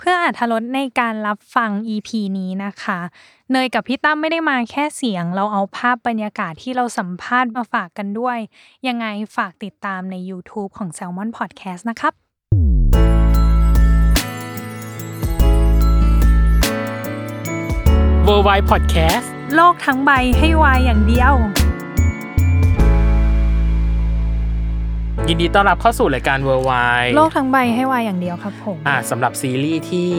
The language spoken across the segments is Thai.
เพื่ออาธรสในการรับฟัง EP นี้นะคะ เนยกับพี่ตั้มไม่ได้มาแค่เสียง เราเอาภาพบรรยากาศที่เราสัมภาษณ์มาฝากกันด้วย ยังไงฝากติดตามใน YouTube ของ Salmon Podcast นะครับ w o r l d w i d e Podcast โลกทั้งใบให้วายอย่างเดียว ยินดีต้อนรับเข้าสู่รายการ w o r l d w i d e โลกทั้งใบให้วายอย่างเดียวครับผม อ่ะสำหรับซีรีส์ที่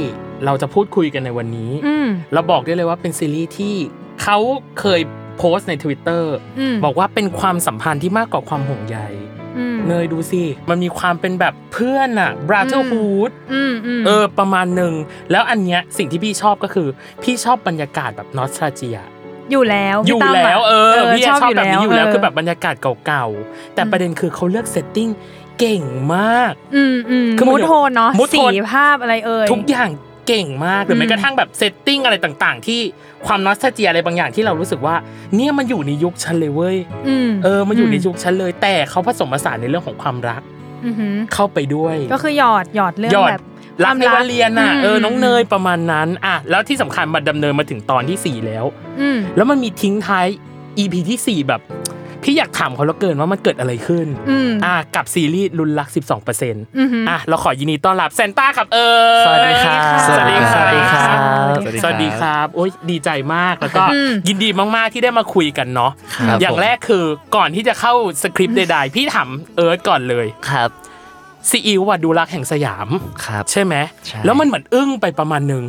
เราจะพูดคุยกันในวันนี้ อืม เราบอกได้เลยว่าเป็นซีรีส์ที่เขาเคยโพสต์ใน Twitter อืม บอกว่าเป็นความสัมพันธ์ที่มากกว่าความห่วงใย อืม เนยดูสิ มันมีความเป็นแบบเพื่อนอะบราเธอร์ฮูด อืมอืม เออ ประมาณหนึ่ง แล้วอันเนี้ยสิ่งที่พี่ชอบก็คือ พี่ชอบบรรยากาศแบบนอสตาเจีย อยู่แล้ว อ พี่ ยู่ ตั้มะ แล้วเออพี่ชอบแบบนี้อยู่แล้ว เ คือแบบบรรยากาศเก่าๆ แต่ประเด็นคือเขาเลือกเซตติ้งเก่งมาก อืมอืม คือมัน มูดโทนเนาะ มูดโท สี น ภาพอะไรเอ่ย ทุกอย่างเก่งมากหรืออ ม แม้กระทั่งแบบเซตติ้งอะไรต่างๆ ที่ความนอสตาเจียอะไรบางอย่างที่เรารู้สึกว่า เนี่ยมันอยู่ในยุคฉันเลยเว้ย อืม เออมันอยู่ในยุคฉันเลย แต่เขาผสมผสานในเรื่องของความรัก อือหือ เข้าไปด้วย ก็คือหยอดหยอดเรื่อง หยอด แบบ รักในวันเรียนอ่ะ ม เออน้องเนยประมาณนั้นอ่ะแล้วที่สำคัญมาดำเนินมาถึงตอนที่สี่แล้ว อืม แล้วมันมีทิ้งท้าย EP ที่ 4 แบบ พี่อยากถามเขาเหลือเกินว่ามันเกิดอะไรขึ้น อืม อ่ากับซีรีส์ลุนลัก 12%อ อือหือ ่ะเราขอยินดีต้อนรับแซนต้าครับเออ สวัสดีครับ สวัสดีครับ สวัสดีครับ สวัสดีครับสวัสดีครับโอ้ยดีใจมากแล้วก็ อืม ยินดีมาก ๆ ที่ได้มาคุยกันเนาะ ครับ อย่าง ผม แรกคือก่อนที่จะเข้าสคริปต์ใด ๆ พี่ถามเอิร์ธก่อนเลย ครับ ซีอิวว่ะดูรักแห่งสยาม ครับ ใช่ไหม ใช่ แล้วมันเหมือนอึ้งไปประมาณนึง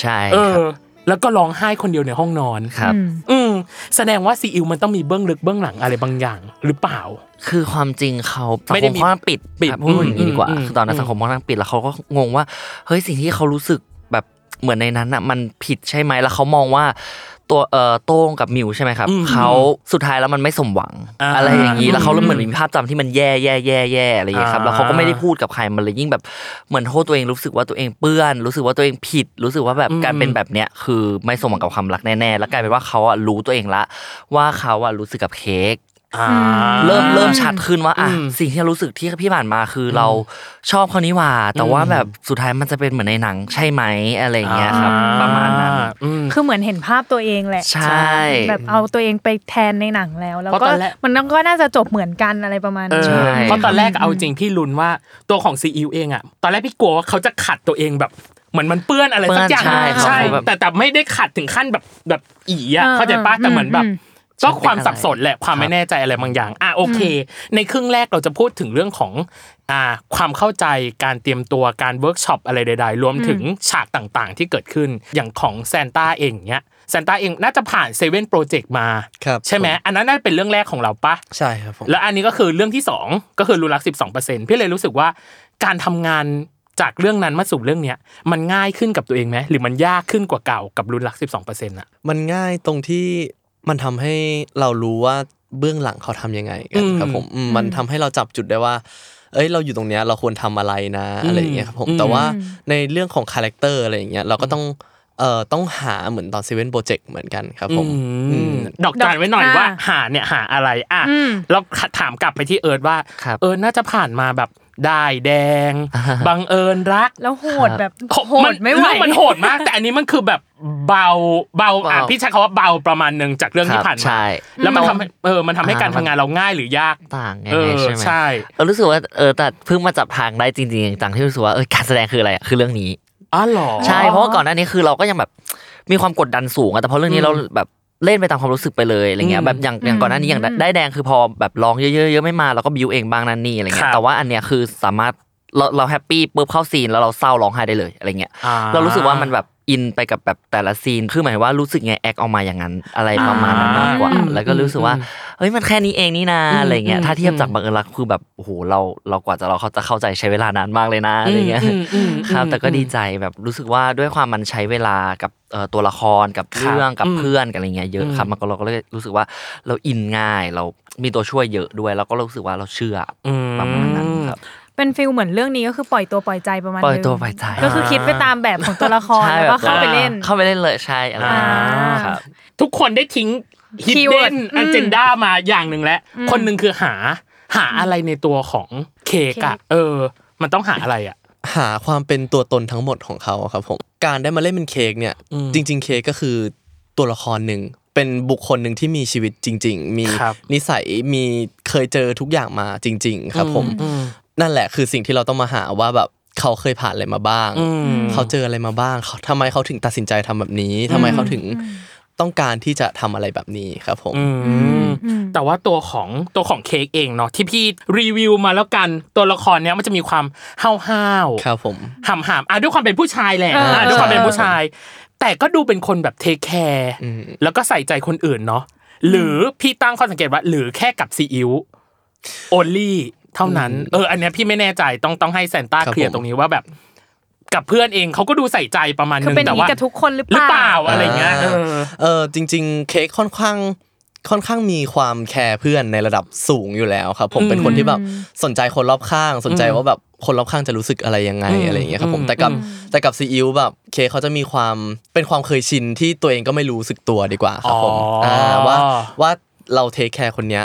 ใช่ เอ ครั อ บ แล้วก็ร้องไห้คนเดียวในห้องนอน ครับ อืม อืมแสดงว่าซีอิวมันต้องมีเบื้องลึกเบื้องหลังอะไรบางอย่าง หรือเปล่า คือความจริงเขาสั ไม่ ง ได้ ค มี มค่อนข้างปิด ปิด ครับพูดอย่างนี้ดีกว่า อืมอืม คือตอนนั้ อื น ม สังคมค่อนข้างปิดแล้วเขาก็งงว่าเฮ้ยสิ่งที่เขารู้สึกแบบเหมือนในนั้นอ่ะมันผิดใช่ไหมแล้วเขามองว่าตัวเอ่อโต้งกับมิวใช่ไหมครับ อืม เขาสุดท้ายแล้วมันไม่สมหวัง อ่า อะไรอย่างนี้แล้วเขา อืม เหมือนมีภาพจำที่มันแย่แย่แย่แย่อะไรอย่างนี้ยครับ อ่า แล้วเขาก็ไม่ได้พูดกับใครมันเลยยิ่งแบบเหมือนโทษตัวเองรู้สึกว่าตัวเองเปื้อน รู้สึกว่าตัวเองผิด รู้สึกว่าแบบการเป็นแบบเนี้ยคือไม่สมหวังกับความรักแน่ๆแล้วกลายเป็นว่าเขาอ่ะรู้ตัวเองละ ว่าเขาอ่ะรู้สึกกับเค้ก อ่า เริ่มเริ่มชัดขึ้นว่าอ่ะ อืม สิ่งที่เรารู้สึกที่พี่ผ่านมาคือเราชอบเขานี่หว่า แต่ว่า อืม แบบสุดท้ายมันจะเป็นเหมือนในหนังใช่ไหมอะไรอย่างเงี้ยครับ อ่า ประมาณนั้น อืม คือเหมือนเห็นภาพตัวเองแหละ ใช่ แบบเอาตัวเองไปแทนในหนังแล้ว แล้ว เพราะ ก็ ตอนแรก มันก็น่าจะจบเหมือนกันอะไรประมาณ เอ นี้ ใช่ อเพราะตอนแรกเอาจริงพี่ลุ้นว่าตัวของซีอิวเองอ่ะตอนแรกพี่กลัวว่าเขาจะขัดตัวเองแบบเหมือนมันเปื้อนอะไรสักอย่าง เปื้อนใช่เขาแบบ แต่แต่ไม่ได้ขัดถึงขั้นแบบแบบอีอ่ะเข้าใจปะแต่เหมือนแบบก็ความสับสนแหละความไม่แน่ใจอะไรบางอย่างอ่ะโอเค ในครึ่งแรกเราจะพูดถึงเรื่องของอ่าความเข้าใจการเตรียมตัวการเวิร์กช็อปอะไรใด ๆ รวมถึงฉากต่างๆ ที่เกิดขึ้นอย่างของแซนต้าเองเนี้ยแซนต้าเองน่าจะผ่านเซเว่นโปรเจกต์มา ครับ ใช่ไหม ผม อันนั้นน่าจะเป็นเรื่องแรกของเราปะ ใช่ครับผม แล้วอันนี้ก็คือเรื่องที่สองก็คือรูรักสิบสองเปอร์เซ็นพี่เลยรู้สึกว่า การทำงานจากเรื่องนั้นมาสู่เรื่องเนี้ยมันง่ายขึ้นกับตัวเองไหมหรือมันยากขึ้นกว่าเก่ากับรูรักสิบสองเปอร์เซ็นต์อ่ะ มันง่ายตรงที่มันทำให้เรารู้ว่าเบื้องหลังเขาทำยังไงกั อื น ม ครับผมอืมมันทำให้เราจับจุดได้ว่า เอ้ยเราอยู่ตรงเนี้ยเราควรทำอะไรนะ อืม อะไรอย่างเงี้ยครับผม อืม แต่ว่าในเรื่องของคาแรคเตอร์อะไรอย่างเงี้ยเราก็ต้องเอ่อต้องหาเหมือนตอนเซเว่นโปรเจกต์เหมือนกันครับผมอืม ดอกจันไว้หน่อย ดอก ว่า อ่า หาเนี่ยหาอะไรอ่ะ อืม เราถามกลับไปที่เอิร์ธว่า ครับ เอิร์ธน่าจะผ่านมาแบบ ได้แด ง บังเอิญรัก แล้วโหดแบบ ของ โหดไม่ไหว เรื่องมันโหดมาก แต่อันนี้มันคือแบบเบาเบาอ่ะ เบา พี่ใช้คำว่าเบาประมาณหนึ่งจากเรื่องที่ ครับ ผ่าน ใช่ มาแล้วมันทำให้เออมันทำให้ อ่า การทำงานเราง่ายหรือยาก ต่างไง เออ ใช่ไหม ใช่ เรารู้สึกว่าเออแต่เพิ่งมาจับทางได้จริงๆต่างที่รู้สึกว่าเออการแสดงคืออะไรอะคือเรื่องนี้ อ๋อเหรอ ใช่เพราะว่าก่อนหน้านี้คือเราก็ยังแบบมีความกดดันสูงอะแต่พอเรื่องนี้เราแบบเล่นไปตามความรู้สึกไปเลยอะไรเงี้ อื ย ม แบบอย่างอย่างก่อนหน้านี้อย่างได้แดงคือพอแบบร้องเยอะๆเยอะไม่มาเราก็บิวเองบ้างนั่นนี่อะไร ครั เงี้ บ ยแต่ว่าอันเนี้ยคือสามารถเราเราแฮปปี้ปุ๊บเข้าซีนแล้วเราเศร้าร้องไห้ได้เลยอะไรเงี้ย อ่า เรารู้สึกว่ามันแบบอินไปกับแบบแต่ละซีนคือหมายว่ารู้สึกไงแอคออกมาอย่างนั้นอะไรประมาณนั้นมากกว่า อืม แล้วก็รู้สึกว่าเฮ้ยมันแค่นี้เองนี่นะ อืม อะไรเงี้ยถ้าเทียบ อืม จากบังเอิญรักคือแบบโอ้โหเราเรากว่าจะเราเขาจะเข้าใจใช้เวลานานมากเลยนะอะไรเงี้ย อืมอืมอืม ครับแต่ก็ดีใจแบบรู้สึกว่าด้วยความมันใช้เวลากับเอ่อตัวละครกับ ครับ เรื่องกับ อืม เพื่อนกับอะไรเงี้ยเย อืม อะครับมันก็เราก็เลยรู้สึกว่าเราอินง่าย เรามีตัวช่วยเยอะด้วยแล้วก็รู้สึกว่าเราเชื่ออ อืม ประมาณนั้นครับ เป็นฟิลเหมือนเรื่องนี้ก็คือปล่อยตัวปล่อยใจประมาณนึง ปล่อยตัวปล่อยใจ ก็คือคิดไปตามแบบของตัวละคร ใช่ แล้วก็เข้าไปเล่น เข้าไปเล่นเลยใช่อะไร อ่า ครับ ทุกคนได้ทิ้ง hidden Keyword อืม agenda มาอย่างหนึ่งแล้วคนหนึ่งคือหา หาอะไรในตัวของเคกอะเออ มันต้องหาอะไรอะ หาความเป็นตัวตนทั้งหมดของเขาอะครับผมการได้มาเล่นเป็นเค้กเนี่ย อืม จริง ๆ เค้กก็คือตัวละครหนึ่งเป็นบุคคลหนึ่งที่มีชีวิตจริง ๆ มี ครับ นิสัยมีเคยเจอทุกอย่างมาจริง ๆ ครับผมนั่นแหละคือสิ่งที่เราต้องมาหาว่าแบบเขาเคยผ่านอะไรมาบ้าง ม เขาเจออะไรมาบ้างเขาทำไมเขาถึงตัดสินใจทำแบบนี้ทำไมเขาถึงต้องการที่จะทำอะไรแบบนี้ครับผม อืมแต่ว่าตัวของตัวของเค้กเองเนาะที่พี่รีวิวมาแล้วกันตัวละครเนี้ยมันจะมีความห้าวห้าวๆ ครับผม ห่ำห่ำอ่ะด้วยความเป็นผู้ชายแหละ เอออ่ ะด้วยความเป็นผู้ ใช่ ชาย แต่ก็ดูเป็นคนแบบเทคแคร์แล้วก็ใส่ใจคนอื่นเนาะหรือพี่ตั้งข้อสังเกตว่า หรือแค่กับซีอิ๊วโอลี่เท่านั้น เออ อันเนี้ยพี่ไม่แน่ใจต้องต้องให้แซนต้า ครับ เคลียร์ ผม ตรงนี้ว่าแบบ กับเพื่อนเองเขาก็ดูใส่ใจประมาณ คือ นึง เป็นอ แต่ ย่าง ว่า นี้กับทุกคนหรือ หรือเป เป ล่า ล่า อะไรเงี้ยเออ เออจริง ๆ เค้กค่อนข้างค่อนข้างมีความแคร์เพื่อนในระดับสูงอยู่แล้วครับ ผมเป็นคนที่แบบสนใจคนรอบข้าง สนใจว่าแบบคนรอบข้างจะรู้สึกอะไรยังไง อืม อะไรอย่างเงี้ยครับผ อื ม ม แต่กับแต่กับซีอิ๊วแบบเค้กเขาจะมีความเป็นความเคยชินที่ตัวเองก็ไม่รู้สึกตัวดีกว่าครับผม อ๋ออ่ าว่าว่าเราเทคแคร์คนเนี้ย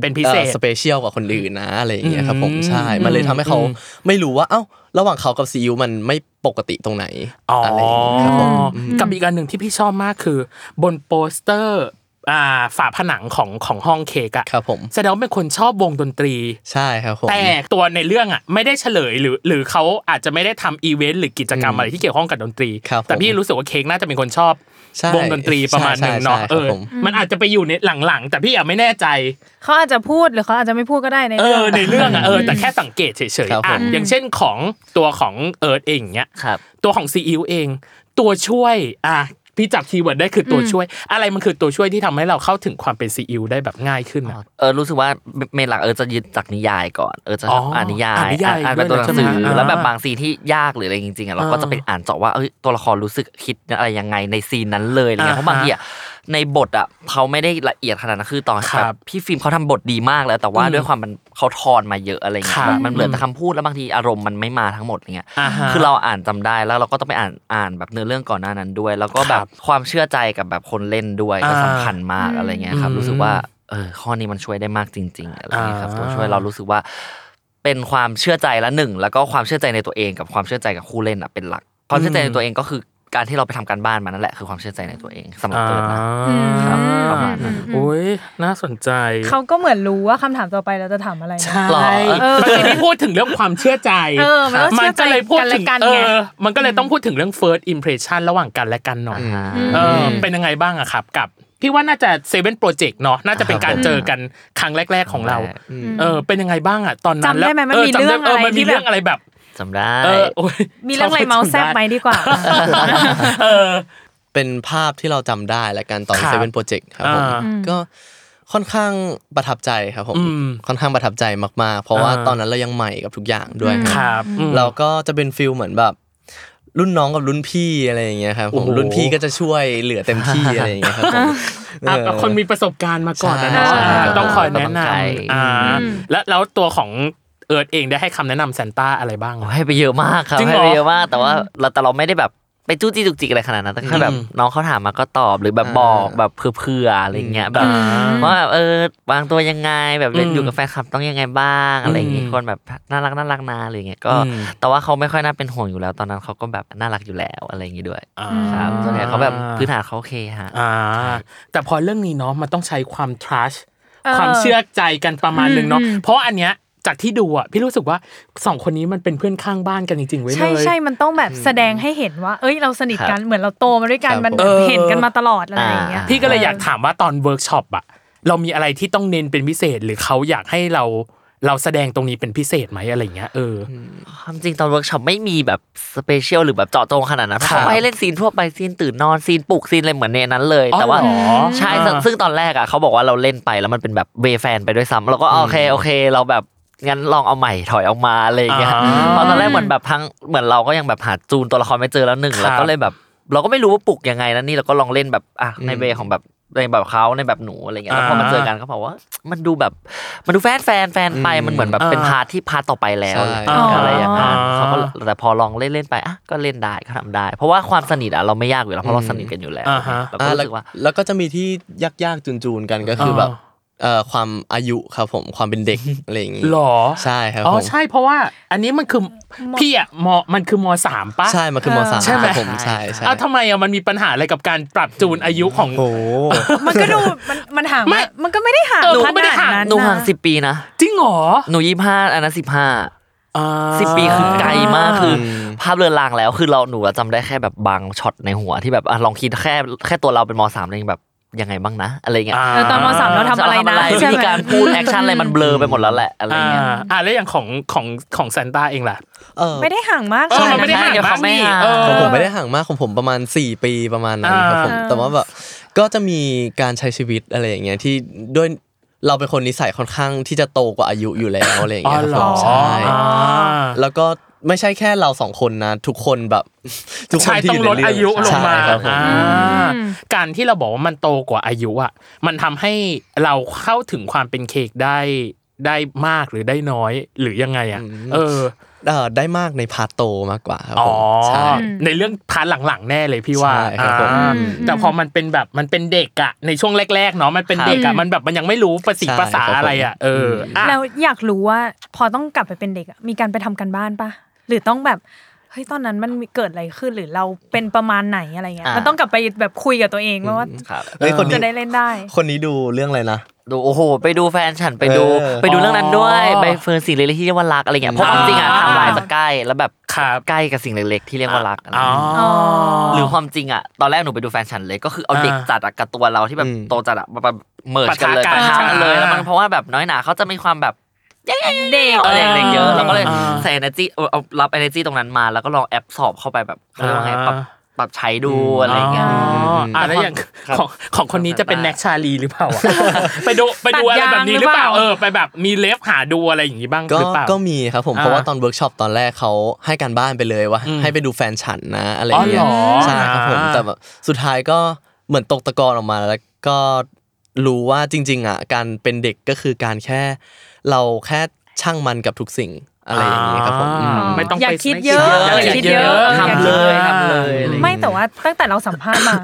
เป็นพิเศษ สเปเชียลกว่าคนอื่นนะอะไรอย่างเงี้ยครับผม อืม ใช่มันเลยทำให้เขา อืม ไม่รู้ว่าเอ้าระหว่างเขากับซีอิ๊วมันไม่ปกติตรงไหน อ๋อ อะไร อ อย่างเงี้ยครับผม กับอีกอันหนึ่งที่พี่ชอบมากคือบนโปสเตอร์อ่าฝาผนังของของห้องเค้กอะ ครับผม แสดงว่าเป็นคนชอบวงดนตรี ใช่ครับผม แต่ตัวในเรื่องอะไม่ได้เฉลยหรือ หรือเขาอาจจะไม่ได้ทำอีเวนต์หรือกิจกรรมอะไรที่เกี่ยวข้องกับดนตรี ครับผม แต่พี่รู้สึกว่าเค้กน่าจะเป็นคนชอบ ใช่ วงดนตรีประมาณหนึ่งเนาะ ใช่ใช่ เอ ครับ อ ผม มันอาจจะไปอยู่ในหลังๆ แต่พี่อะไม่แน่ใจ เขาอาจจะพูดหรือเขาอาจจะไม่พูดก็ได้ใน เอ เรื่อง อในเรื่องอะเออแต่แค่สังเกตเฉยๆ ครับผม อ่ะอย่างเช่นของตัวของเอิร์ธเองอย่างเนี้ย ครับ ตัวของซีอิ๊วเอง ตัวช่วยอ่ะพี่จับคีย์เวิร์ดได้คือตัวช่วย อะไรมันคือตัวช่วยที่ทำให้เราเข้าถึงความเป็นซีอิ๊วได้แบบง่ายขึ้นอะ เออรู้สึกว่าเมเมนหลักเออจะยึดจากนิยายก่อนเออจะ อ๋ออ่ อ่านนิยาย อ่านนิยาย อ่านเป็น ด้ ตัว วย หนัง ใช่ไหม สือ อ่า แล้วแบบบางซีนที่ยากหรืออะไรจริงๆอ่ะเราก็จะไปอ่านเจาะว่าเอ้ยตัวละครรู้สึกคิดอะไรยังไงในซีนนั้นเลยอะไรเงี้ยเพราะบางทีอ่ะในบทอ่ะเขาไม่ได้ละเอียดขนาดนั้นคือตอน ครับ แบบพี่ฟิล์มเขาทำบทดีมากแล้ว แต่ว่าด้วยความมันเขาทอนมาเยอะอะไรเงี้ย ครับ มันเหลือแต่คำพูดแล้วบางทีอารมณ์มันไม่มาทั้งหมดอะไรเงี้ย อ่าฮะ คือเราอ่านจำได้แล้วเราก็ต้องไปอ่านอ่านแบบเนื้อเรื่องก่อนหน้านั้นด้วย แล้วก็แบ ครับ บ ความเชื่อใจกับแบบคนเล่นด้วยก็ อ่า สำคัญมากอะไรเงี้ยครับรู้สึกว่า อืม เออข้อนี้มันช่วยได้มากจริง ๆ อะไรเงี้ยครับ อ่า ตัวช่วยเรารู้สึกว่าเป็นความเชื่อใจละหนึ่งแล้วก็ความเชื่อใจในตัวเองกับความเชื่อใจกับคู่เล่นอ่ะเป็นหลัก ความเชื่อใจในตัวเองก็คือการที่เราไปทำการบ้านมานั่นแหละคือความเชื่อใจในตัวเองสำหรับตัวนะ ครับประมาณนั้น โอ้ยน่าสนใจ เขาก็เหมือนรู้ว่าคำถามต่อไปเราจะถามอะไรนะ ใช่ หรอ เมื่อกี้ที่พูดถึงเรื่องความเชื่อใจ เออมันต้องเชื่อใจ มันก็เลยพูดถึง กัน เอ และกันไง อมันก็เลยต้องพูดถึงเรื่อง first impression ระหว่างกันและกันหน่อย อ่า เออเป็นยังไงบ้างอะครับกับ พี่ว่าน่าจะเซเว่นโปรเจกต์เนาะน่าจะเป็นการเจอกันครั้งแรก ๆของเรา เออเป็นยังไงบ้างอะตอนนั้น จำได้ไหมมันมี จำ เรื่องอะไร เมันมี ที่แบบ เรื่องอะไรแบบ จำได้ เออโอ้ย มีเรื่องอะไรเมาส์แซบไหม ดีกว่า เออ เป็นภาพที่เราจำได้และกันตอน ครับ เซเว่นโปรเจกต์ครับผม อ่า ก็ค่อนข้างประทับใจครับผม อืม ค่อนข้างประทับใจมากๆ เพราะว่า อ่า ตอนนั้นเรายังใหม่กับทุกอย่างด้วย ครับอืม แล้วก็จะเป็นฟิลเหมือนแบบ รุ่นน้องกับรุ่นพี่อะไรอย่างเงี้ยครับผ โอ้ ม โห รุ่นพี่ก็จะช่วยเหลือเต็มที่ อะไรอย่างเงี้ยครับผม อ่ะ เออ ก็คนมีประสบการณ์มาก่อนนะเนาะ ใช่ อ่าต้องคอยแนะน ต้องใจ ำอ่าแล้วแล้วตัวของเอิร์ดเองได้ให้คำแนะนำแซนต้าอะไรบ้าง โอ้ให้ไปเยอะมากครับ จริงเหร ให้ อ ไปเยอะมากแต่ว่าเราแต่เราไม่ได้แบบ ไปจู้จี้จุกจิกอะไรขนาดนั้นแต่แค่แบบน้องเขาถามมาก็ตอบหรือแบบบอกแบบเพื่อๆอะไรเงี้ยแบบว่าแบบเออวางตัวยังไงแบบเล่นอยู่กับแฟนคลับต้องยังไงบ้างอะไรอย่างงี้คนแบบน่ารักน่ารักนะอะไรเงี้ยก็ อืม แต่ว่าเขาไม่ค่อยน่าเป็นห่วงอยู่แล้ว ตอนนั้นเขาก็แบบน่ารักอยู่แล้วอะไรอย่างงี้ด้วย อ่า ครับส่วนใหญ่เขาแบบพื้นฐานเขาโอเคฮะ อ่าแต่พอเรื่องนี้เนาะมันต้องใช้ความ trust เออ ความเชื่อใจกันประมาณหนึ่งเนาะ อืม เพราะอันเนี้ยจากที่ดูอ่ะพี่รู้สึกว่าสองคนนี้มันเป็นเพื่อนข้างบ้านกันจริงๆไว้ย ใช่ เลย ใช่มันต้องแบบแสดงให้เห็นว่า เอ้ยเราสนิทกันเหมือนเราโตมาด้วยกัน ครับ มันแบบ เออ เห็นกันมาตลอดอะไรอย่างเงี้ย อ่า พี่ก็เลยอยากถามว่าตอนเวิร์กช็อปอะเรามีอะไรที่ต้องเน้นเป็นพิเศษหรือเขาอยากให้เราเราแสดงตรงนี้เป็นพิเศษไหมอะไรเงี้ยเออ ความจริงตอนเวิร์กช็อปไม่มีแบบสเปเชียลหรือแบบเจาะจงขนาดนั้น ครับ เขาให้เล่นซีนทั่วไปซีนตื่นนอนซีนปลุกซีนอะไรเหมือนในนั้นเลย อ๋อ แต่ว่า เหรอ ใช่ซึ่ง อ่า ซึ่งตอนแรกอ่ะเขาบอกว่าเราเล่นไปแล้วมันเป็นแบบเวแฟนไปด้วยซ้ำเราก็โอเคโอเค เราแบบงั้นลองเอาใหม่ถอยออกมาอะไรอย่างเงี้ย อ่า เพราะตอนแรกเหมือนแบบทั้งเหมือนเราก็ยังแบบหาจูนตัวละครไม่เจอแล้วหนึ่ง ครับ แล้วก็เลยแบบ เราก็ไม่รู้ว่าปลุกยังไงแล้วนี่เราก็ลองเล่นแบบอ่ะในเวของแบบในแบบเขาในแบบหนูอะไรเงี้ยแล้วพอมาเจอกันก็บอกว่า มันดูแบบมันดูแฟนแฟนแฟนไปมันเหมือนแบบเป็นพาร์ทที่พาร์ทต่อไปแล้ว ใช่ อะไรอย่างนั้น อ๋อ เขาก็แต่พอลองเล่นเล่นๆไปอ่ะก็เล่นได้ก็ทำได้ เพราะว่าความสนิทอ่ะเราไม่ยากอยู่แล้วเพราะเราสนิทกันอยู่แล้ว อ่าฮะ เราก็ อ่าแล้รู้ว สึกว่า แล้วก็จะมีที่ยากๆจูนๆกันก็คือแบบเอ่อความอายุครับผมความเป็นเด็ก อะไรอย่างงี้ หรอ ใช่ครับ อ๋อ ผม ใช่เพราะว่าอันนี้มันคือพี่อะมมันคือมสามปะ ใช่มันคือมสาม ใช่ไหม ครับผมใช่ใช่ อ้าวทำไมอะมันมีปัญหาอะไรกับการปรับจูนอายุของ โอ้ มันก็ดูมันมันห่าง ไม่ มามันก็ไม่ได้ห่าง เออ ข ก็ไม่ได้ นาด ห่าง นั้น หนูห่าง นะ สิบปีนะ จริงเหรอ หนูยี่ห้าอันนั้นสิบห้า อ่า สิบปีคือไกลมากคืออ ม ภาพเรือนรางแล้วคือเราหนูอะจำได้แค่แบบบางช็อตในหัวที่แบบอ่ะลองคิดแค่แค่ตัวเราเป็นมสามเองแบบยังไงบ้างนะอะไรเงี้ย อ่า เออตอนมสามเราทำอะไรนะ เราท ใช่ไหม วิธีการพูดแอคชั่นอะไรมันเบลอไปหมดแล้วแหละอะไร อ่า เงี้ย อ่าแล้วอย่างของของของซานต้าเองล่ะ เออ ไม่ได้ห่างมาก เออมันไม่ได้ ข ห่าง ด เดี๋ยว มาก เขาไม่ นี่ ห่าง เอ ของ อ ผมไม่ได้ห่างมากของผมประมาณ 4 ปีประมาณนั้นครับผม อ่า แต่ว่าแบบก็จะมีการใช้ชีวิตอะไรอย่างเงี้ยที่ด้วยเราเป็นคนนิสัยค่อนข้างที่จะโตกว่าอายุอยู่แล้วอะไรอย่าง อ๋อ เงี้ย เห ครัรบผอมใช่ อ่า แล้วก็ไม่ใช่แค่เราสองคนนะ ทุกคนแบบ ทุกคน ใช่ ที่ ต้อ อง ยู่ใน ลดอายุ เรื่ ล ใช่ งมา ครับผม อ่าการที่เราบอกว่ามันโตกว่าอายุอ่ะ มันทำให้เราเข้าถึงความเป็นเค้กได้ได้มากหรือได้น้อยหรือยังไงอ่ะ เออ เอ่อได้มากในพาร์ทโตมากกว่าครับ อ๋ ผ อ มใช่ ในเรื่องพาร์ทหลังๆแน่เลยพี่ว่า ใช่ครับผม อ่าแต่พอมันเป็นแบบมันเป็นเด็กอ่ะในช่วงแรกๆเนาะมันเป็นเด็กอ่ะมันแบบมันยังไม่รู้ภาษี ใช่ ภาษา ครับผม อะไรอ่ะเอออ่ะ แล้วอยากรู้ว่าพอต้องกลับไปเป็นเด็กอะมีการไปทำกันบ้านปะหรือต้องแบบเฮ้ยตอนนั้นมันมีเกิดอะไรขึ้นหรือเราเป็นประมาณไหนอะไรเงี้ย อ่ามั มันต้องกลับไปแบบคุยกับตัวเองว่าว่า เฮ้ยคน จะ นี้ ได้เล่นได้ คนนี้ดูเรื่องอะไรนะ ดูโอ้โห ไปดูแฟนฉันไปดู เออ ไปดูเรื่องนั้นด้วย อ๋อ ไปเฟิร์นสิ่งเล็กๆที่เรียกว่ารักอะไรเงี้ยเพราะ อ่า ความจริงอะไทำลายจะใกล้แล้วแบบ ครับ ใกล้กับสิ่งเล็กๆที่เรียกว่ารักอะไร อ๋อ เงี้ย หรือความจริงอ่ะตอนแรกหนูไปดูแฟนฉันเลยก็คือเอาเด็ก อ่า จัดอะกับตัวเราที่แบบ อืม โตจัดอะมาเมิร์กันเลย ปะ ปะ ทะ ทะ กัน กันเลยแล้วมัน อ่า เพราะว่าแบบน้อยหนาเขาจะมีความแบบ เด็ก เอาเด็กๆเยอะเราก็เลย อ่า ใส่ energy เออเอารับ energy ตรงนั้นมา แล้วก็ลองแอบสอบเข้าไปแบบเขาเรียกว่าไง อ่า ปรับปรับใช้ดูอะไรอย่างเงี้ย อ่าแล้วอย่างของของคนนี้จะเป็นแน็กชาลีหรือเปล่า อะ ไปดูไปดูอะไร ตัดยาง แบบนี้หรือเปหล่ารือเปล่า เออไปแบบมีเลฟหาดูอะไรอย่างนี้บ้าง ก็ หรือเปล่า ก็มีครับผม อ่า เพราะว่าตอนเวิร์กช็อปตอนแรกเขาให้การบ้านไปเลยว่าให้ไปดูแฟนฉันนะอะไรอย่างเงี้ อ๋ ย อเหรอ ใช่ครับผม อ่า แต่แบบสุดท้ายก็เหมือนตกตะกอนออกมาแล้วก็รู้ว่าจริง ๆอ่ะการเป็นเด็กก็คือการแค่ เราแค่ช่างมันกับทุกสิ่งอะไรอย่างงี้ครับผม อ่า อืม ไม่ต้อง อย่า ไป คิด ไม่ เยอะอคิดเยอะย่าคิดเย อย่าคิดเย อะ อะ อย่าคิดเยอะทำเลยทำเลยอะไรอย่างเงี้ย ไม่แต่ว่าตั้งแต่เราสัมภาษณ์มา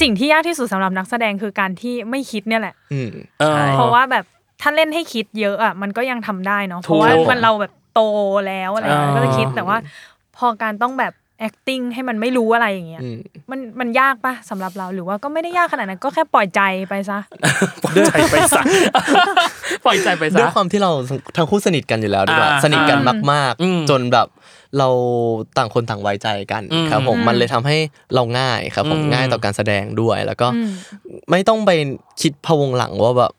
สิ่งที่ยากที่สุดสำหรับนักแสดงคือการที่ไม่คิดเนี่ยแหละ อืม เออ เพราะว่าแบบถ้าเล่นให้คิดเยอะอ่ะมันก็ยังทำได้เนาะเพราะว่า ถูก มันเราแบบโตแล้วอะไรเงี้ย อ่า ก็จะคิดแต่ว่า พอการต้องแบบ acting ให้มันไม่รู้อะไรอย่างเงี้ย อืม มันมันยากปะสำหรับเราหรือว่าก็ไม่ได้ยากขนาดนั้นก็แค่ปล่อยใจไปซะ ปล่อยใจไปซะ ปล่อยใจไป ด้วย ซะ ความที่เราทั้งคู่สนิทกันอยู่แล้วดีกว่า อ่า สนิทกันมาก อืม ๆ จนแบบเราต่างคนต่างไว้ใจกัน อืม ครับผมมันเลยทำให้เราง่ายครับผม อืม ง่ายต่อการแสดงด้วย แล้วก็ไม่ต้องไปคิดพะวงหลังว่าแบบ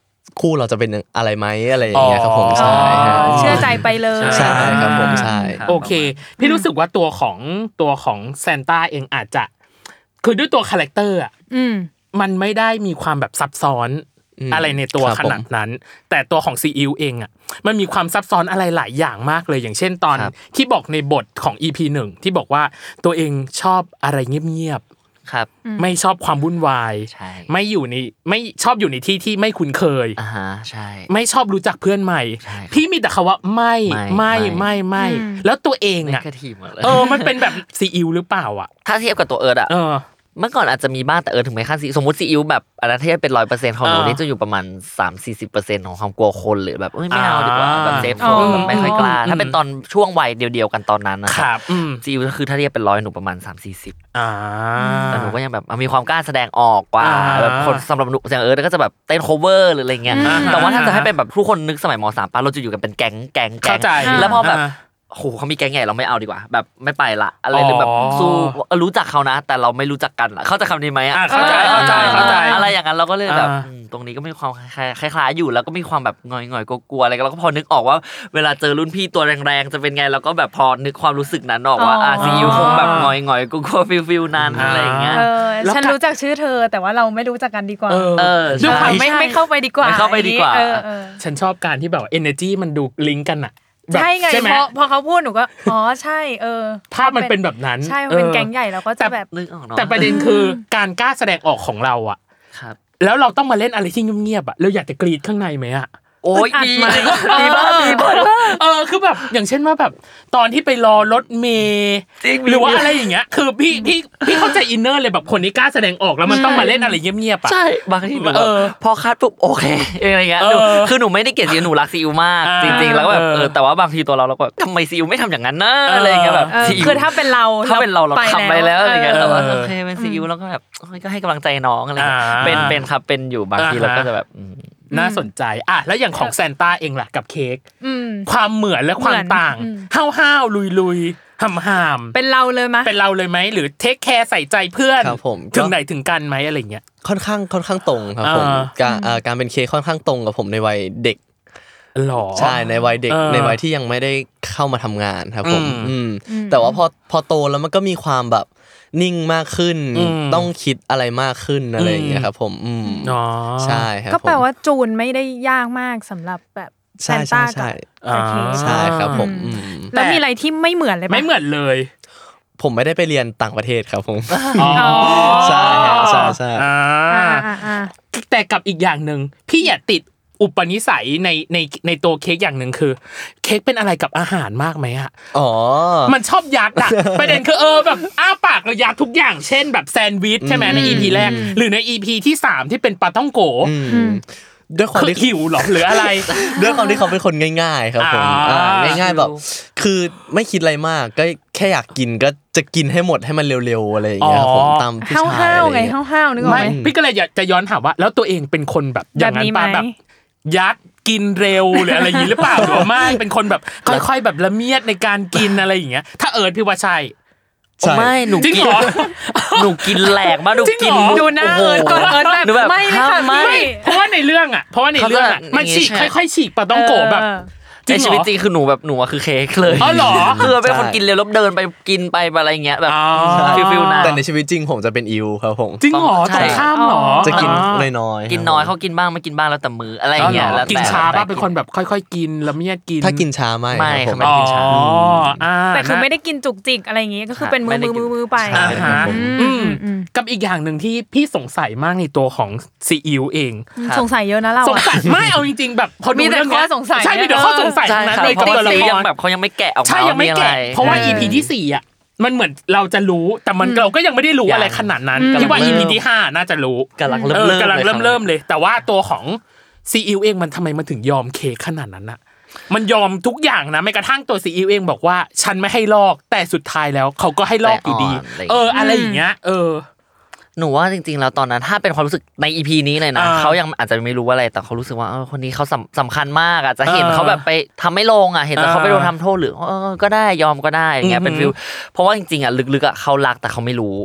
คู่เราจะเป็นอะไรไหมอะไรอย่างเงี้ยครับผมใช่ฮะ เชื่อใจไปเลย ใช่ครับผมใช่ โอเค พี่รู้สึกว่าตัวของตัวของแซนต้าเองอาจจะ คือด้วยตัวคาแรคเตอร์อะ อืม มันไม่ได้มีความแบบซับซ้อน อืม อะไรในตัว ครับ ขนาดนั้น แต่ตัวของซีอิ๊วเองอ่ะมันมีความซับซ้อนอะไรหลายอย่างมากเลยอย่างเช่นตอน ครับ ที่บอกในบทของ EP หนึ่งที่บอกว่าตัวเองชอบอะไรเงียบ ครับ ไม่ชอบความวุ่นวาย ใช่ ไม่อยู่ในไม่ชอบอยู่ในที่ที่ไม่คุ้นเคย อ่าฮะใช่ ไม่ชอบรู้จักเพื่อนใหม่ ใช่ พี่มีแต่คำว่าไม่ ไม่ ไม่ ไม่ ไม่ไม่แล้วตัวเอง ไม่ อ่ะ กระทีมดเลย เออมัน เป็นแบบซีอิวหรือเปล่าอ่ะ ถ้าเทียบกับตัวเอิร์ดอะ เออ เมื่อก่อนอาจจะมีบ้างแต่เอิร์ดถึงไม่ขั้นซีสมมติซีอิ๊วแบบอันนั้นเทียบเป็นร้อยเปอร์เซ็นต์ของหนู อ่า นี่จะอยู่ประมาณสามสี่สิบเปอร์เซ็นต์ของความกลัวคนหรือแบบเอ้ยไม่เอาดีกว่า อ่า แบบเซฟโซ อ๋ น อ ไม่ค่อยกล้า ถ้าเป็นตอนช่วงวัยเดียวๆกันตอนนั้นนะค ครั รับบ อืม ซีอิ๊วก็คือถ้าเทียบเป็นร้อยหนูประมาณสามสี่สิบ อ่า แต่หนูก็ยังแบบอ่ะมีความกล้าแสดงออกกว่า อ่า แบบคนสำหรับหนูอย่างเอิร์ธก็จะแบบเต้น cover หรืออะไรเงี้ย อ่า แต่ว่าถ้าจะให้เป็นแบบทุกคนนึกสมัยมสามปะเราจะอยู่กันเป็นแก๊งแก๊งแก๊ เข้าง ใจ แล้วพอแบบ อ่า โหเขามีแก๊งใหญ่เราไม่เอาดีกว่า แบบไม่ไปละอะไร อ๋อ หรือแบบสู้เออรู้จักเขานะ แต่เราไม่รู้จักกันละเข้าใจคำนี้ไหม อ่าเข้าใจเข้าใจเข้าใจ อะไรอย่างนั้นเราก็เลยแบบ อ่า อืมตรงนี้ก็มีความคล้ายคล้ายๆอยู่แล้วก็มีความแบบงอยงอยๆกลัวๆอะไรกันเราก็พอนึกออกว่าเวลาเจอรุ่นพี่ตัวแรงๆจะเป็นไงเราก็แบบพอนึกความรู้สึกนั้นออกว่า อ๋ออ่ อาซีอิวคงแบบงอยงอยๆกลัวๆฟิลฟิลนั้นอะไรอย่างเงี้ย เออ แล้ว ฉัน กะ รู้จักชื่อเธอ แต่ว่าเราไม่รู้จักกันดีกว่า เออ เออ ด้วยค ใช่ วาม ไม่ไม่เข้าไปดีกว่า ไม่เข้าไปดีกว่า เออเออ ฉันชอบการที่แบบว่า energy มันดูลิงก์กันอ่ะแบบ ใช่ไง ใช่ไหม พอพอเขาพูดหนูก็อ๋อใช่เออ ภาพมันเป็นแบบนั้น ใช่มันเป็น ออ แก๊งใหญ่เราก็ แต่ จะแบบ นึกออกเนาะ แต่ประเด็นคือการกล้าแสดงออกของเราอ่ะ ครับ แล้วเราต้องมาเล่นอะไรที่เงียบๆอ่ะเราอยากจะกรีดข้างในไหมอ่ะ โอ้ย อัด มี ไหม มีบ้างมีบ้าง เออคือแบบอย่างเช่นว่าแบบตอนที่ไปรอรถเมย์ จริงมี หรือว่าอะไรอย่างเงี้ย คือพี่พี่พี่เข้าใจอินเนอร์เลยแบบคนนี้กล้าแสดงออกแล้วมันต้องมาเล่นอะไรเงียบๆอ่ะ ใช่บางทีหนูแบ เอบ อ พอคัดปุ๊บโอเคอะไรเงี้ย เออ หนูคือหนูไม่ได้เกลียดซีอิ๊วหนูรักซีอิ๊วมาก อ่า จริง ๆ แล้วก็แบบ เออ เออแต่ว่าบางทีตัวเราเราก็แบบทำไมซีอิ๊วไม่ทำอย่างนั้นนะ เอออ อะไรเงี้ยแบบ เออ ซีอิ๊ว คือถ้าเป็นเรา ถ้าเป็นเราเราทำไปแล้วอะไรเงี้ย เออ แต่ว่าโอเคเป็นซีอิ๊วแล้วก็แบบโอ้ยก็ให้กำลังใจน้องอะไรเงี้ย อ่า เป็นเป็นครับเป็นอยู่บางที อ่า เราก็จะแบบอืม น่าสนใจอ่ะแล้วอย่างของแซนต้าเองล่ะกับเค้ก อืม ความเหมือนและความ เหมือน ต่าง อืม ห้าวห้าวลุยลุยหำหำ เป็นเราเลยมะ เป็นเราเลยไหมหรือเทคแคร์ใส่ใจเพื่อน ครับผม ถึ ก็ งไหนถึงกันไหมอะไรเงี้ย ค่อนข้างค่อนข้างตรงครับผม อ่า การเอ่อการเป็นเคกค่อนข้างตรงกับผมในวัยเด็ก หรอ ใช่ในวัยเด็ก เออ ในวัยที่ยังไม่ได้เข้ามาทำงานครับผม อืม อืมแต่ว่าพอพอโตแล้วมันก็มีความแบบนิ่งมากขึ้น อืม ต้องคิดอะไรมากขึ้นอะไรอย่างเงี้ยครับผมอืม อ๋อ ใช่ครับ ก็แปล ผม ว่าจูนไม่ได้ยากมากสำหรับแบบแซ ใช่ น ใช่ ต้า ใช่ กับเค อ่า ใช่ครับผมอืม แล้วมีอะไรที่ไม่เหมือนเลยปะ ไม่เหมือนเลย ผมไม่ได้ไปเรียนต่างประเทศครับผม อ๋อ ใช่ฮะใช่ใช่ อ่า อ่าอ่าอ่า แต่กับอีกอย่างหนึ่งพี่อย่าติดอุปนิสัยในในในตัวเค้กอย่างหนึ่งคือ เค้กเป็นอะไรกับอาหารมากไหมอะ อ๋อ มันชอบยัดอะ ประเด็นคือเออแบบอ้าปากแล้วยัดทุกอย่างเช่นแบบแซนด์วิชใช่ไหมในอีพีแรก หรือในอีพีที่ 3 ที่เป็นปลาท่องโก ด้วยความ คือ ที่ หิวเหรอหรืออะไร ด้วยความที่เขาเป็นคนง่ายๆ ครับผม อ่า อ่าง่ายๆแบบคือไม่คิดอะไรมากก็แค่อยากกินก็จะกินให้หมดให้มันเร็วๆอะไรอย่างเงี้ยครับผมตามผู้ชาย ห้า อะรอวๆ ย่ ไง เย ห้าวๆนึกออก ไม่ ไหม พี่ก็เลยอยากจะย้อนถามว่า แล้วตัวเองเป็นคนแบบอย่างนั้นปะ แบบนี้ไหม แบบ ยัดกินเร็วหรืออะไรอย่างนี้ห รือเปล่าหรือว่าไม่เป็นคนแบบค่อยๆแบบละเมียดในการกินอะไรอย่างเงี้ยถ้าเอิร์ธพี่ว่าใช่ ใช่ ไม่หนู จริง กิน เหรอ หนูกินแหลกมากหนู จริงเหรอ กิน ดูหน้า โโ เอิร์ธก่อนเอิร์ธแบบ หนูแบบ ไม่เลยค่ะ ห้ามไม่ พี่ เพราะว่าในเรื่องอ่ะ เพราะว่าในเรื่องอ่ะ เขาจะ มันฉีก อย่างงี้ใช่ไหม ค่อยๆฉีกปลาต้องโกะแบบ เออ จริงในเห ชี ร วิต อ จริงคือหนูแบบหนูอะคือเค้กเลย อ๋อเหรอ คือเป็นคน ใช่ กินเร็วแลบเดินไปกินไปอะไรเงี้ยแบบ อ๋อ ฟิลฟิลนะ แต่ในชีวิตจริงผมจะเป็นอิวครับผม จริงเหรอ ใช่ ตรงข้ามเหรอ จะกิน อ๋อ น้อยๆครับ กินน้อยเขากินบ้างไม่กินบ้างแล้วแต่มืออะไร อ๋อเหร เงี้ย อ แล้วแต่ กินช้าป่ะ แต่ เป็นคนแบบค่อยๆกินละเมียดกิน ถ้ากินช้าไม่ ไม่ ครับผม ครั อ๋ บ อ กินช้า อ่า แต่คือไม่ นะ ได้กินจุกจิกอะไรอย่างงี้ก็คือเป็นมื ไม่ อ ได้ มือมืกินอมือไป อ่าฮะ อืม อืม อืม กับอีกอย่างหนึ่งที่พี่สงสัยมากในตัวของซีอิ๊วเอง สงสัยเยอะนะเรา สง อะ สัยไม่เอาจริงๆแบบพอดู มีแต่ เรื่อง ข้อ เนี้ สงสัย ใช่มีแต่ เออ ข้อสงสัยทั้ใช่งนั้น ครับ เลย เพราะ กับ ว่า ตัวละ ซี ค ยัง ร แบบเขายังไม่แกะออกมา ใช่ยังไม่ ว่ แกะ อ เพราะว่า ออ EP ที่สี่อ่ะมันเหมือนเราจะรู้แต่มันเราก็ยังไม่ได้รู้ ยัง อะไรขนาดนั้น กำลัง คิดว่า เริ่ม EP ที่ห้าน่าจะรู้ กำลัง อ เริ่อมเริ่ม กำลังเริ่มเริ่ม เลย เลย แต่ว่าตัวของซีอิวเองมันทำไมมันถึงยอมเคกขนาดนั้นอะมันยอมทุกอย่างนะแม้กระทั่งตัวซีอิวเองบอกว่า ฉันไม่ให้ลอกแต่สุดท้ายแล้วเขาก็ให้ลอกอยู่ดี แต่อ่อนอะไรอย่างเงี้ย เอออะไรอย่างเงี้ย เออ หนูว่าจริงๆแล้วตอนนั้นถ้าเป็นความรู้สึกในอีพีนี้เลยนะ อ่า เขายังอาจจะไม่รู้อะไรแต่เขารู้สึกว่าเออคนนี้เขาสำสำคัญมากอ่ะจะเห็น อ่า เขาแบบไปทำไม่ลงอ่ะเห็นแต่ อ่า เขาไปโดนทำโทษหรือเออก็ได้ยอมก็ได้อย่างเงี้ยเป็นฟิลเพราะว่าจริงๆอ่ะลึกๆอ่ะเขารักแต่เขาไม่รู้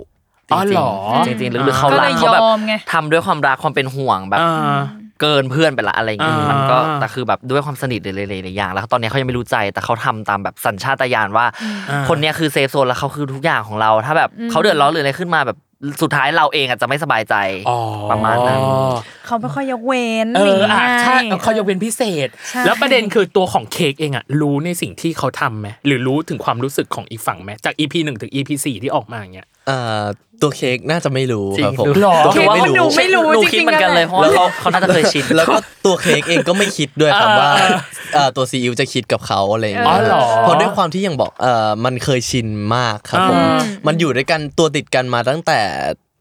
อ๋อเหรอ จริงๆจริงๆลึกๆเขา ก็ รั เล ก ย เขา ย แบบ อมไง ทำด้วยความรักความเป็นห่วงแบบ อ่า เกินเพื่อนไปละอะไรอย่างเงี้ย อ่ามั มันก็แต่คือแบบด้วยความสนิทเลยหลายๆอย่างแล้วตอนเนี้ยเขายังไม่รู้ใจแต่เขาทำตามแบบสัญชาตญาณว่า อ่า คนเนี้ยคือเซฟโซนแล้วเขาคือทุกอย่างของเรา ถ้าแบบเขาเดือดร้อนหรืออะไรขึ้นมาแบบสุดท้ายเราเองอาจจะไม่สบายใจ อ๋อ ประมาณนั้น เขาไม่ค่อยยกเว้น เออ หรืไง อ่ะใช่เอาเขายกเว้นพิเศษ ใช่ แล้วประเด็นคือตัวของเค้กเองอะรู้ในสิ่งที่เขาทำไหมหรือรู้ถึงความรู้สึกของอีกฝั่งไหมจาก EP หนึ่งถึง EP สี่ที่ออกมาอย่างเงี้ย เอ่อตัวเค้กน่าจะไม่รู้ครับผม จริงหรอ ตัวเค้กไม่เค้กมันดู รู้ ไม่รู้ หนู จ คิริดง เหมื ๆ อนกัน แหะ เลยเพราะว่าเขาเขาน่าจะเคยชิน แล้วก็ตัวเค้กเองก็ไม่คิดด้วยครับ เออ ว่าเอ่อตัวซีอิ๊วจะคิดกับเขาอะไรอย่าง อ๋ เงี้ อย เหรอ เพราะด้วยความที่อย่างบอกเอ่อมันเคยชินมากครับผม อ่า มันอยู่ด้วยกันตัวติดกันมาตั้งแต่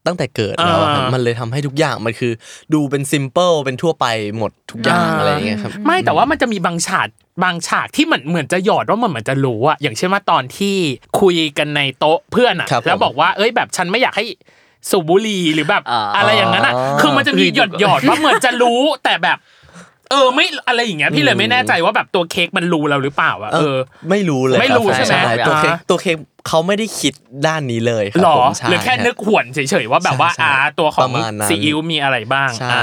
ตั้งแต่เกิดแล้วอะครับ อ่ามั มันเลยทำให้ทุกอย่างมันคือ ดูเป็นซิมเ l ิลเป็นทั่วไปหมดทุกอย่างอะไรอย่างเงี้ยครับ ไม่แต่ว่ามันจะมีบางฉากบางฉากที่เหมือนเหมือนจะหยอดว่ามันเหมือนจะรู้อะอย่างเช่นว่าตอนที่คุยกันในโต๊ะเพื่อนอะ ครับผม แล้วบอกว่าเอ้ยแบบฉันไม่อยากให้สูบบุหรี่หรือแบบ อ่า อะไรอย่างนั้นอะคือมันจะมีหยอดหยอดว่าเหมือนจะรู้แต่แบบ เออไม่อะไรอย่างเงี้ยพี่เลยไม่แน่ใจว่าแบบตัวเค้กมันรู้เราหรือเปล่าอะเออ ไม่รู้เลย ไม่รู้ คบ ใช่ไหม ตัวเค้ก อ่า ตัวเค้กเขาไม่ได้คิดด้านนี้เลยครั หรอ ผมใช่ หรือแค่ รับ นึกหวนเฉยๆว่าแบบว่า ใช่ใช่ อ่าตัวขอ ป ง ระมาณนั้น ซีอิ๊วมีอะไรบ้าง ใช่ อ่า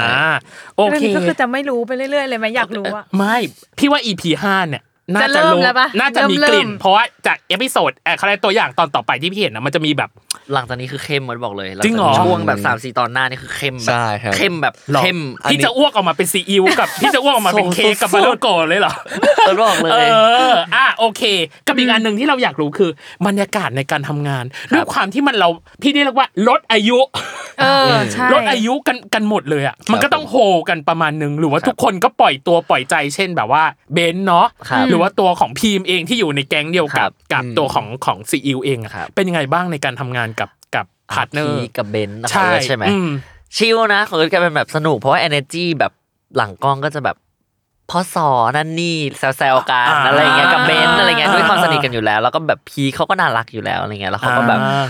โอเค เรื่องนี้ก็คือจะไม่รู้ไปเรื่อยๆเลยไหมอยากรู้อะ ไม่พี่ว่า EP ห้าเนี่ยน่า จะเริ่ จะ ม รู้ แล้วปะ น่าจะมี เริ่ม กลิ่น เริ่ม เพราะว่าจากเอพิโซดเอ่อเขาเรียกตัวอย่างตอนต่อไปที่พี่เห็นนะมันจะมีแบบ หลังจากนี้คือเข้มหมดบอกเลยลั จริงเหรอ จากนี้ช่วงแบบสามสี่ตอนหน้านี่คือเข้มแบบ ใช่ครับ เข้มแบบ หรอ เข้ม ที่จะอ้วกออกมาเป็นซีอิ๊ว กับ ที่จะอ้วกออกมาเป็นเค้กกับ สุ บา ดๆ โลโกะเลยเหรอ ตลอดเล เอย อ อ่ะโอเค กับอีกอันหนึ่งที่เราอยากรู้คือบรรยากาศในการทำงานด้วยความที่มันเราพี่เรียกว่าลดอายุ เออใช่ ลดอายุกันกันหมดเลยอ่ะ มันก็ต้องโฮกันประมาณนึง หรือว่าทุกคนก็ปล่อยตัวปล่อยใจ เช่นแบบว่าเบนซ์เนาะ ครับ หรือว่าตัวของพีมเองที่อยู่ในแก๊งเดียว ค กั รั บบ กับตัวของของซีอิวเองอะ ครับ เป็นยังไงบ้างในการทำงานกับกับพาร์ทเนอร์ พี่กับเบนซ์นะ ใช่ ของเอิร์ธใช่ไหม อืม ชิลนะของเอิร์ธก็เป็นแบบสนุกเพราะว่า energy แบบหลังกล้องก็จะแบบพอสอนั่นนี่แซวๆกัน อ่า อะไรอย่างเงี้ยกับเบนซ์อะไรเงี้ย อ่า ด้วยความสนิทกันอยู่แล้ว แล้วก็แบบพีเขาก็น่ารักอยู่แล้วอะไรเงี้ยแล้วเขาก็แบบ อ่า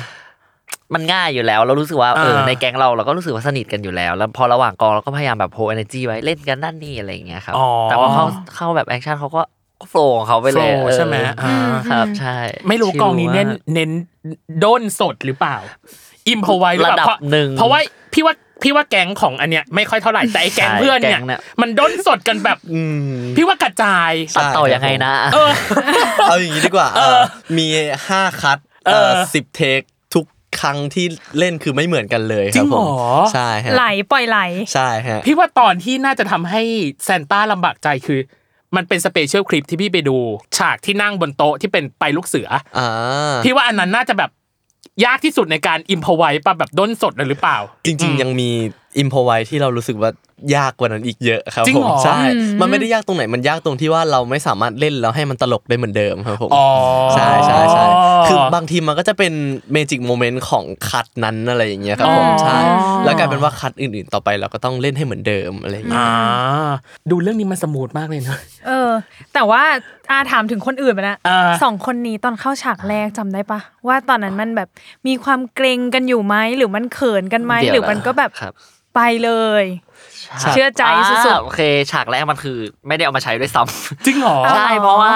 มันง่ายอยู่แล้วเรารู้สึกว่าเออ อ่า ในแก๊งเราเราก็รู้สึกว่าสนิทกันอยู่แล้ว แล้วพอระหว่างกองเราก็พยายามแบบโฮเอเนจีไว้เล่นกันนั่นนี่อะไรอย่างเงี้ยครับ อ๋อ แต่พอเข้าเข้าแบบแอคชั่นเขาก็โฟล์ของเขาไปเลย โฟล์ใช่ไหม เอออา ครับใช่ ไม่รู้กองนี้เน้น ชิลมา เน้นด้นสดหรือเปล่า อิมพอไวหรือเปล่า ระเพดับราะ หนึ่ง เพราะว่าพี่ว่าพี่ว่าแก๊งของอันเนี้ยไม่ค่อยเท่าไหร่แต่ไอ้แก๊ง ใช่ เพื่อนเนี่ แก๊ ย งเนี่ย มันด้นสดกันแบบพี่ว่ากระจาย กตัดต่อยังไงนะ เออ เอาอย่างนี้ดีกว่ามีห้าคัดสิบเทคทุกครั้งที่เล่นคือไม่เหมือนกันเลยค จริ รับ งเห ผ ร ม อ ใช่ฮะ ไหลปล่อยไหล ใช่ฮะ พี่ว่าตอนที่น่าจะทำให้แซนต้าลำบากใจคือ มันเป็นสเปเชียลคลิปที่พี่ไปดู ฉากที่นั่งบนโต๊ะที่เป็นไปลูกเสือ อ่า พี่ว่าอันนั้นน่าจะแบบยากที่สุดในการอิมพอไวปะแบบด้นสดเลยหรือเปล่า จริง ๆ ยังมีอิมพอไวที่เรารู้สึกว่ายากกว่านั้นอีกเยอะครับ จริง ผม เหรอ ใช่ มันไม่ได้ยากตรงไหนมันยากตรงที่ว่าเราไม่สามารถเล่นแล้วให้มันตลกได้เหมือนเดิมครับผม อ๋อ ใช่ใช่ใช่คือบางทีมันก็จะเป็นเมจิกโมเมนต์ของคัดนั้นอะไรอย่างเงี้ยครับผม อ๋อ ใช่แล้วกลายเป็นว่าคัดอื่นๆ ต่อไปเราก็ต้องเล่นให้เหมือนเดิมอะไรอย่างเงี้ย อ่าดูเรื่องนี้มันสมูทมากเลยเนอะ เออ แต่ว่าอาถามถึงคนอื่นไปแล้ว อ่า สองคนนี้ตอนเข้าฉากแรกจำได้ปะว่าตอนนั้นมันแบบมีความเกรงกันอยู่ไหมหรือมันเขินกันไหม เดี๋ยหวรือมันก็แบบ ครับ ไปเลย ฉาก เชื่อใจสุดๆ อ่าโอเคฉากแรกมันคือ ไม่ได้เอามาใช้ด้วยซ้ำ จริงเหรอ ใช่เพราะว่า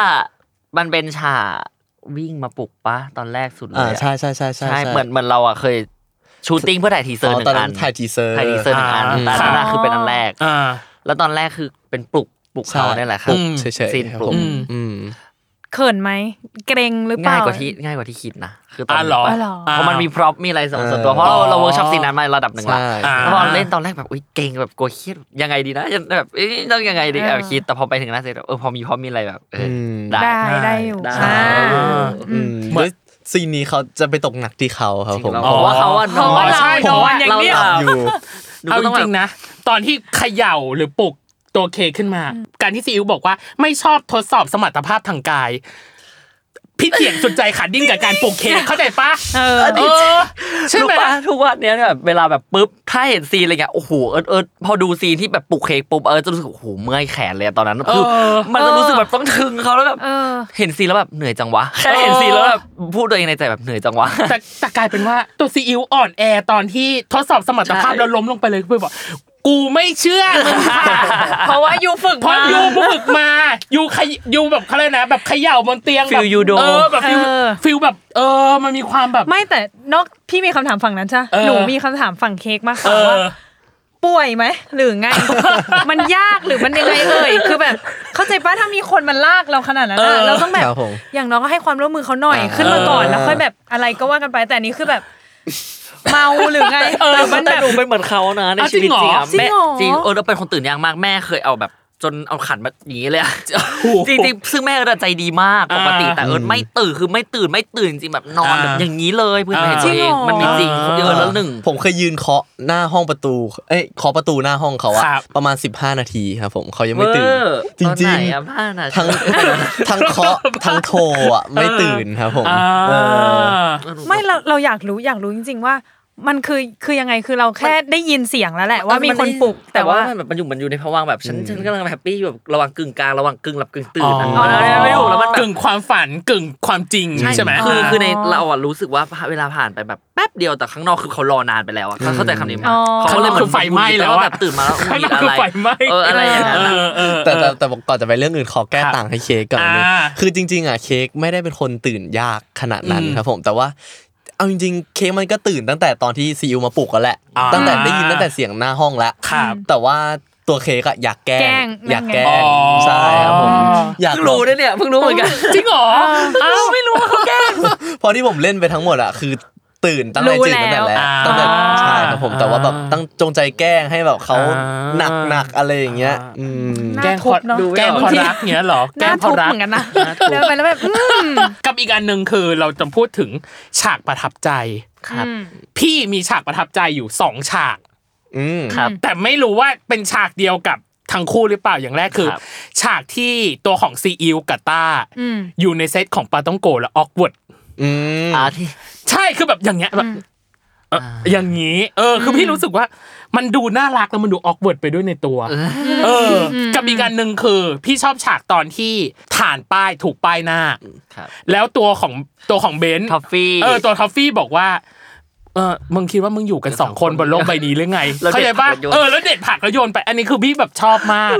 มันเป็นฉากวิ่งมาปลุกปะตอนแรกสุดเลย อ่า อะ ใช่ใช่ใช่ใช่ ใช่เหมือนเหมือนเราอะเคยชูตติ้งเพื่อถ่ายทีเซอร์หนึ่ ตอน งอั นั้น นถ่ายทีเซอร์ ถ่ายทีเซอร์หนึ่งอันแต่อันนั้นอะคือเป็นอันแรก อ่า แล้วตอนแรกคือเป็นปลุกปลุก ใช่ เขาเนี่ยแหละครั ปลุ บ กเฉยๆ ซีน ครับ ปลุก ผม อืม อืม เขินไหมเกรงหรือเป ง่า ล่า ยกว่าที่ง่ายกว่าที่คิดนะคือตอน อ่าหรอ อ๋อเหรอ เพราะมันมีพร็อพมีอะไรสองส่วนตัว เออ เพราะเราเราเวิร์กช็อปซีนนั้นมาระดับหนึ่งละ ใช่ อ่า แล้วพอเล่นตอนแรกแบบอุ้ยเก่งแบบกลัวเครียดยังไงดีนะยังแบบเอ๊ะต้องยังไงดีแอบคิดแต่พอไปถึงหน้าเสร็จเออพอมีพร็อพมีอะไรแบบเอออได้ ได้ได้อยู่ ได้ อ่า อืม เหมือน ด้วยซีนนี้เขาจะไปตกหนักที่เขาครับผม เพราะว่าเขาอะนอ เพราะว่าน เรา เพราะว่า อย่าง เรา เดียว หลับ อยู่ หนู เอา ก็ จ ต้องแบ ริ บ งๆนะตอนที่เขย่าหรือปลุกตัวเคขึ้นมา การที่ซีอิ๊วบอกว่าไม่ชอบทดสอบสมรรถภาพทางกาย พี่เถียงสุดใจขาดดิ้นกับการปลุกเคเข้าใจปะเออใช่ รู้ ไหม ปะทุกวันเนี้ยแบบเวลาแบบปุ๊บถ้าเห็นซีนอะไรเงี้ยโอ้โหเอิร์ดเอิร์ดพอดูซีนที่แบบปลุกเค้กปุ๊บเอิร์ดจะรู้สึกโอ้โหเมื่อยแขนเลยอะตอนนั้นคือมันจะรู้สึกแบบต้องถึงเขาแล้วแบบ เออ เห็นซีนแล้วแบบเหนื่อยจังวะแค่เห็นซีนแล้วแบบพูดตัวเองในใจแบบเหนื่อยจังวะ แต่แต่กลายเป็นว่าตัวซีอิ๊วอ่อนแอตอนที่ทดสอบสมรรถภาพ ใช่ แล้วล้มลงไปเลยเพื่อนบอกกูไม่เชื่อมึงค่ะ เพราะว่ายูฝึก เพราะ มา ยูบึกมายูขยยูแบบเขาเลยกนะ แบบเขย่าบนเตียงแบบ Feel you do เออแบบฟิล เออ ฟิลแบบ เออ มันมีความแบบ ไม่แต่นอกพี่มีคำถามฝั่งนั้นใช่ปะ เออ หนูมีคำถามฝั่งเค้กมาก เอก ว่า อ ว่า ป่วยไหมหรือ ไง มันยากหรือมันยังไงเอ่ยคือแบบ เข้าใจป้าถ้ามีคนมันลากเราขนาดนั้นอะ เออ เราต้องแบบ ครับผม อย่างน้อยก็ให้ความร่วมมือเขาหน่อย อ่า ขึ้นมาก่อนแล้วค่อยแบบอะไรก็ว่ากันไปแต่อันนี้คือแบบ เมาหรือไงแต่มัน แต่ แบบ หนูเป็นเหมือนเขานะใน อ้าว ชีวิต จริ จ งเหรอริงอะจริแม่งเหรอ จริงเออเราเป็นคนตื่นยากมากแม่เคยเอาแบบ จนเอาขันมาอย่างนี้เลยอะ จริงๆซึ่งแม่ก็ใจดีมากปกติ อ่า แต่เอิร์ธไม่ตื่นคือไม่ตื่นไม่ตื่นจริงๆแบบนอน อ่า แบบอย่างนี้เลยเพื่อน อ่า เห็นตัวเองมันมีจริง จริงเหรอ เดือนละหนึ่ง ผมเคยยืนเคาะหน้าห้องประตู เอ้ยเคาะประตูหน้าห้องเขาอะ ครับ ประมาณ 15 นาทีครับผมเขายังไม่ตื่น เวอร์ จริง ตอน จริ ไห ง นอะบ้านอะ ทั้งทั้งเคาะทั้งโทรอะไม่ตื่นครับผม อ่า เออ ไม่เราเราอยากรู้อยากรู้จริง ๆ ว่า มันคือคือยังไงคือเราแค่ได้ยินเสียงแล้วแหละว่ามีคนปลุกแต่ว่า นแบบมันอยู่มันอยู่ในภวังค์แบบฉันฉันกำลังแฮปปี้อยู่แบบระหว่างกึ่งกลางระหว่างกึ่งหลับกึ่งตื่นอะ อ๋อ ไม่ถูกแล้วมันแบบ กึ่งความฝันกึ่งความจริงใช่ไหม คือคือในเราอะรู้สึกว่าเวลาผ่านไปแบบแป๊บเดียวแต่ข้างนอกคือเขารอนานไปแล้วอะเขาเข้าใจคำนี้ไหม อ๋อ เขาเลยเหมือน ข้างนอกคือไฟไหม้แล้วอะ แบบตื่นมาแล้ว ข้างนอก มีะร คือไฟไหม้ เอออะไรอย่างเงี้ย เออเออ แต่แต่แต่ก่อนจะไปเรื่องอื่นขอแก้ ครับ ต่างให้เค้กก่อนนึง อ่า คือจริง ๆอ่ะเค้กไม่ได้เป็นคนตื่นยากขนาดนั้น อืม ครับผมแต่ว่าเอาจริงๆเค้กมันก็ตื่นตั้งแต่ตอนที่ซีอิวมาปลุกแล้วแหละ อ่า ตั้งแต่ได้ยินตั้งแต่เสียงหน้าห้องแล้ว ครับ แต่ว่าตัวเค้กอะอยากแกล้ แกล้ ง ง อยากแกล้ นั่ ง นไงอ๋อ ใช่ครับผมอยาก เพิ่งรู้นะเนี่ยเพิ่งรู้เหมือนกัน จริงเหรออ้าวไม่รู้ว่าเขาแกล้ง เพราะที่ผมเล่นไปทั้งหมดอะคือตื่นตั้ง รู้ แต่ตื่นตั้งแต่ แล้ว แรก อ่า ตั้งแต่ใช่ครับผมแต่ว่าแบบตั้งจงใจแกล้งให้แบบเขา อ่า หนักๆอะไรอย่างเงี้ยอืม น่า แกล้ง ทุ พ บ อ เนอะ แกล้ง บา พอง ที รักเงี้ยเหรอแกล้ น่าง พ ทุ อบ รั เห ก มือนกันนะเดินไปแล้วแบบอืม กับอีกอันหนึ่งคือเราจะพูดถึงฉากประทับใจ ครับ อืม พี่มีฉากประทับใจอยู่สองฉาก อืม ครับ แต่ไม่รู้ว่าเป็นฉากเดียวกับทั้งคู่หรือเปล่าอย่างแรกคือ ครับ ฉากที่ตัวของซีอิวกับต้า อืม อยู่ในเซตของปาต้องโกะและออกวด อืม อาที่ ใช่คือแบบอย่างเงี้ยแบบเอ่อออย่างนี้เอออคือพี่รู้สึกว่ามันดูน่ารักแล้วมันดูออกวดไปด้วยในตัว เอออกับอีกอันหนึ่งคือ พี่ชอบฉากตอนที่ฐานป้ายถูกป้ายหน้า ครับ แล้วตัวของตัวของเบนซ์ ท็อฟฟี่ เออตัวท็อฟฟี่บอกว่า เออมึงคิดว่ามึงอยู่กันสองคนบนโลก ใบนี้หรือไง แล้ว เข้า เด็ ใจ ดผั ป่ะ กแล้วโยน เออแล้วเด็ดผักแล้วโยนไป อันนี้คือพี่แบบชอบมาก